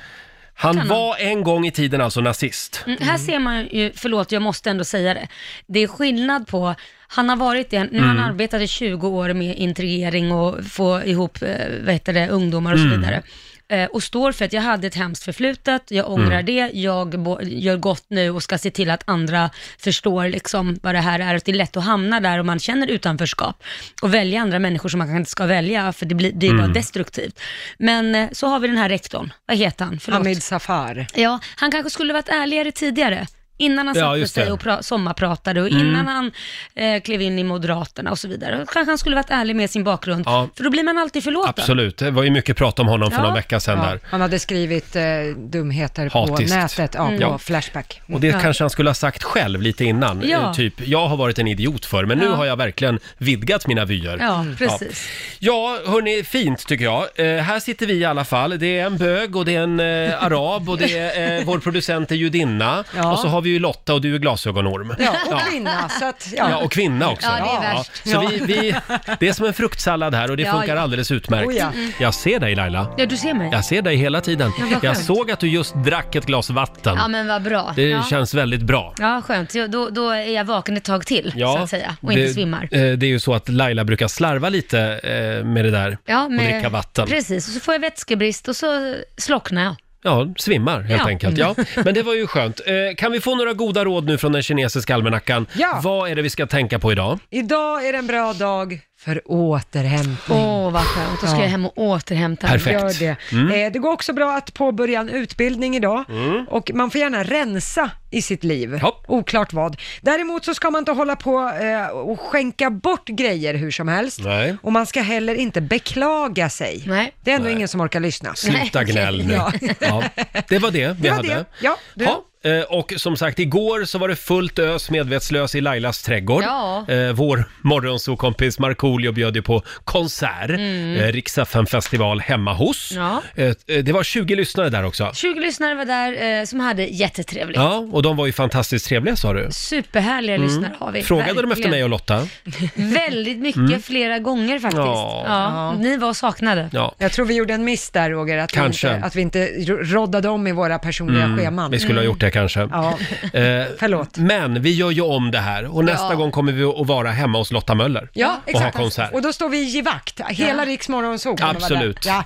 Han
kan han.
var en gång i tiden alltså nazist.
Mm, här ser man ju, förlåt jag måste ändå säga det, det är skillnad på, han har varit det, nu har han
Mm.
arbetade 20 år med integrering och få ihop, eh, vad heter det, ungdomar och så
Mm.
vidare. Eh, Och står för att jag hade ett hemskt förflutet, jag ångrar
Mm.
det, jag bo- gör gott nu och ska se till att andra förstår liksom vad det här är. Att det är lätt att hamna där om man känner utanförskap och välja andra människor som man kanske inte ska välja för det, blir, det är bara
Mm.
destruktivt. Men eh, så har vi den här rektorn, vad heter han? Förlåt.
Hamid Safar.
Ja, han kanske skulle varit ärligare tidigare. Innan han
Ja,
satte
just det.
sig och pra- sommarpratade och
Mm.
innan han eh, klev in i Moderaterna och så vidare. Kanske han skulle varit ärlig med sin bakgrund,
Ja.
för då blir man alltid förlåten.
Absolut, det var ju mycket prat om honom för någon vecka sedan där.
Han hade skrivit eh, dumheter
Hatiskt.
på nätet, ja,
Mm.
på
Ja.
Flashback.
Och det
Ja.
kanske han skulle ha sagt själv lite innan.
Ja.
Eh, Typ, jag har varit en idiot för men nu
Ja.
har jag verkligen vidgat mina vyer. Mm.
Ja, precis.
Ja, hörni, fint tycker jag. Eh, här sitter vi i alla fall. Det är en bög och det är en eh, arab och det är eh, vår producent är judinna.
Ja.
Och så har vi ju Lotta och du är glasögonorm.
Ja, och kvinna. Så att, ja.
Ja, och kvinna också.
Ja, det är värst.
Så
Ja.
vi, vi, det är som en fruktsallad här och det
Ja,
funkar
ja.
alldeles utmärkt.
Oh, ja.
Jag ser dig Laila.
Ja, du ser mig.
Jag ser dig hela tiden.
Ja, vad skönt.
Jag såg att du just drack ett glas vatten.
Ja, men vad bra.
Det
ja.
känns väldigt bra.
ja, skönt. Ja, Då, då är jag vaken ett tag till, så att säga, och inte
det,
svimmar.
eh, Det är ju så att Laila brukar slarva lite eh, med det där
Ja,
och
med-
dricka vatten.
Precis, och så får jag vätskebrist och så slocknar jag.
Ja, svimmar helt
Ja.
enkelt. Ja,
Mm.
men det var ju skönt. Eh, Kan vi få några goda råd nu från den kinesiska almanackan?
Ja.
Vad är det vi ska tänka på idag?
Idag är det en bra dag för återhämtning.
Åh, vad skönt. Då ska jag hem och återhämta mig.
Perfekt. Gör det.
Mm.
Eh, det går också bra att påbörja en utbildning idag
Mm.
och man får gärna rensa i sitt liv. Oklart vad. Däremot så ska man inte hålla på eh, och skänka bort grejer hur som helst.
Nej.
Och man ska heller inte beklaga sig. Det är ändå ingen som orkar lyssna.
Sluta gnäll nu.
Ja.
Ja, det var det vi
Det var
hade.
det. Ja, du.
Ja, eh, och som sagt, igår så var det fullt ös medvetslös i Lailas trädgård.
Ja.
Eh, Vår morgonsokompis Markoolio bjöd ju på konsert,
Mm.
mm. Rix FM festival hemma hos.
Ja.
Eh, eh, Det var 20 lyssnare där också.
20 lyssnare var där eh, som hade jättetrevligt.
Ja, och de var ju fantastiskt trevliga sa du.
Superhärliga
Mm.
lyssnare har vi.
Frågade de efter
verkligen.
mig och Lotta?
Väldigt mycket,
Mm.
flera gånger faktiskt.
Ja.
Ja. Ni var saknade.
Ja.
Jag tror vi gjorde en miss där Roger, att,
Kanske. Mm.
Vi, inte, att vi inte ro- roddade om i våra personliga scheman.
Vi skulle ha gjort det kanske.
Ja.
Eh,
Förlåt.
Men vi gör ju om det här och nästa
Ja.
gång kommer vi att vara hemma hos Lotta Möller
Ja,
och ha
exakt.
konsert.
Och då står vi i givakt, hela Riks Morgonzoo. kommer vara där.
Absolut.
Ja.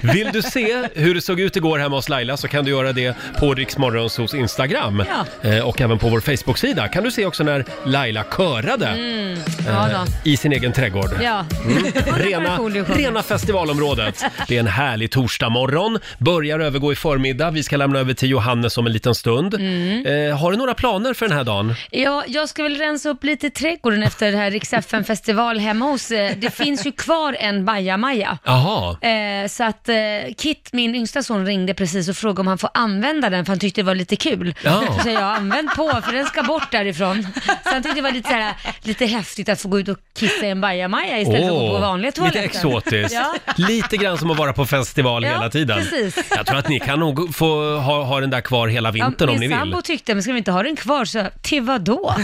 Vill du se hur det såg ut igår hemma hos Laila så kan du göra det på Riksmorgonsos Instagram
Ja.
Eh, och även på vår Facebook-sida. Kan du se också när Laila körade
Mm. Ja,
eh,
då.
i sin egen trädgård.
Ja.
Rena, rena festivalområdet. Det är en härlig torsdagmorgon. Börjar övergå i förmiddag. Vi ska lämna över till Johannes om en liten stund.
Mm.
Eh, har du några planer för den här dagen?
Ja, jag ska väl rensa upp lite i trädgården efter det här Rix festival hemma hos. eh, Det finns ju kvar en bajamaja.
Jaha.
Eh, så att eh, Kit, min yngsta son, ringde precis och frågade om han får använda den för han tyckte det var lite kul.
Ja.
Så jag använd på för den ska bort därifrån. Så han tyckte det var lite, så här, lite häftigt att få gå ut och kissa i en bajamaja istället för att gå på
Åh,
vanliga
Lite
toaletten.
exotiskt.
Ja.
Lite grann som att vara på festival
Ja,
hela tiden.
precis.
Jag tror att ni kan nog få ha, ha den där kvar hela
Ja,
vintern om ni
min
vill.
sambo tyckte, men ska vi inte ha den kvar? Så jag, till vad då?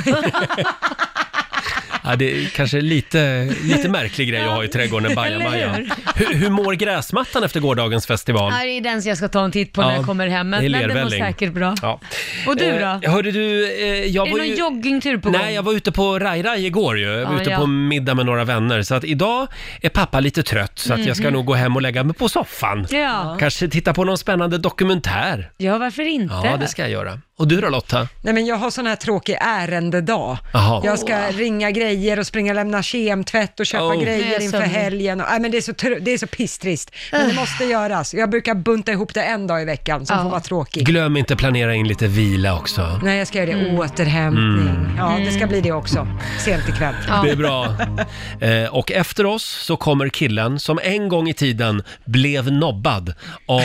Ja, det är kanske lite, lite märklig grej att ha i trädgården, en bajamaja.
Eller
Hur, hur mår gräsmattan efter gårdagens festival?
Ja, det är den som jag ska ta en titt på när
Ja,
jag kommer hem, men,
det är
men den var
lervälling.
säkert bra.
Ja.
Och du
Eh,
då?
hörde du, eh, jag
är
var
det någon
ju...
joggingtur på gång?
Nej, jag var ute på Rai-Rai igår ju. Jag var
Ja,
ute
ja.
på middag med några vänner. Så att idag är pappa lite trött så att jag ska
Mhm.
nog gå hem och lägga mig på soffan.
Ja.
Kanske titta på någon spännande dokumentär.
Ja, varför inte?
Ja, det ska jag göra. Och du då Lotta?
Nej men jag har sån här tråkig ärendedag.
Jaha.
Jag ska ringa grejer och springa och lämna kemtvätt och köpa
Oh.
Det är Ah.
grejer
så
inför
mycket.
helgen. Och, nej men det är så, tr- det är så pisstrist. Men det måste göras. Jag brukar bunta ihop det en dag i veckan som får vara tråkig.
Glöm inte planera in lite vila också.
Nej jag ska göra
Mm.
det. Återhämtning. Ja det ska bli det också. Sent ikväll.
Mm. Det är bra. Eh, och efter oss så kommer killen som en gång i tiden blev nobbad av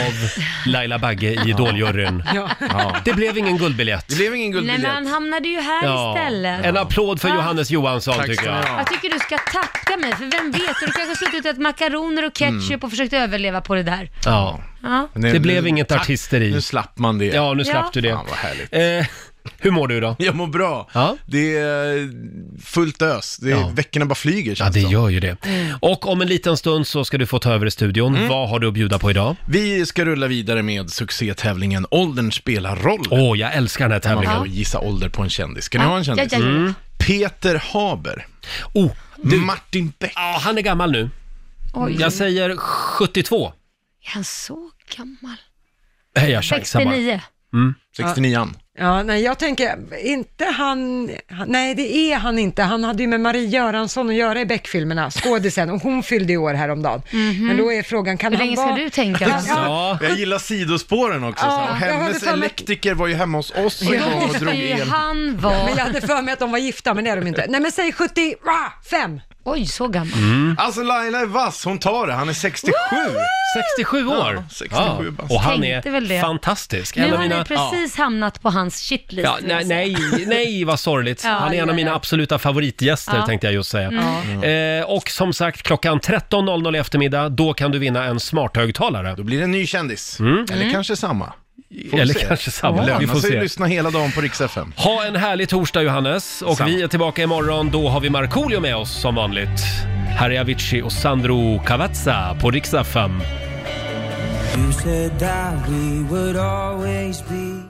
Laila Bagge i Idoljuryn.
Ja.
Ja. Det blev ingen guldbiljett. Det blev ingen
Nej, men han hamnade ju här istället.
En applåd för
Ja.
Johannes Johansson
Tack
tycker
ska
jag.
ni ha. Jag tycker du ska tacka mig, för vem vet, du kanske har suttit och ätit makaroner och ketchup
Mm.
och försökt överleva på det där.
Ja.
Ja.
Det blev inget
tack.
artisteri.
Nu slapp man det.
Ja, nu slapp Ja. du det. Eh,
Fan, vad härligt.
hur mår du då?
Jag mår bra. Det är eh, fullt ös. Det är, Veckorna bara flyger
Ja, det gör ju det.
Mm.
Och om en liten stund så ska du få ta över i studion. Vad har du att bjuda på idag?
Vi ska rulla vidare med succétävlingen Åldern spelar roll.
Åh, jag älskar den här tävlingen.
Man får gissa ålder på en kändis. Ska ni
Ja,
ha en kändis?
ja, ja, ja. Mm.
Peter Haber.
Oh,
Martin Beck.
Ja, han är gammal nu.
Oj.
Jag säger 72.
Är han så gammal?
Nej, jag chansar bara.
69.
Mm.
69.
Ja, nej, jag tänker, inte han, han- nej det är han inte. Han hade ju med Marie Göransson att göra i Beck-filmerna, skådisen, och hon fyllde i år häromdagen.
Mhm.
Men då är frågan, kan
Hur
han
länge
vara...
ska du tänka då?
Ja.
Jag gillar sidospåren också.
Ja,
så.
jag hade
Hennes
för mig-
elektriker var ju hemma hos oss och kom och drog el.
Men jag hade för mig att de var gifta, men det är de inte. Nej men säg 75!
Oj, så gammal.
Mm.
Alltså Laila är vass, hon tar det. Han är 67.
67 år?
Ja, 67 bast.
Och han
Tänkte väl
är
det.
fantastisk.
Nu
En av
har
mina-
ni precis hamnat på hans shitlist.
Ja, nej, nej, nej vad sorgligt.
Ja,
Han är en
ja,
av mina
ja.
absoluta favoritgäster
Ja.
tänkte jag just säga.
Mm.
Eh, och som sagt, klockan 13.00 i eftermiddag, då kan du vinna en smarthögtalare. Då blir det en ny kändis.
Eller
Mm.
kanske samma. Får vi
Eller
se. Alltså,
kanske samma.
Det
Vi
lönar
får
sig
se.
att lyssna hela dagen på Rix FM.
Ha en härlig torsdag Johannes och
Samma.
vi är tillbaka imorgon. Då har vi Markoolio med oss som vanligt. Här är Avicii och Sandro Cavazza på Rix FM.
You said that we would always be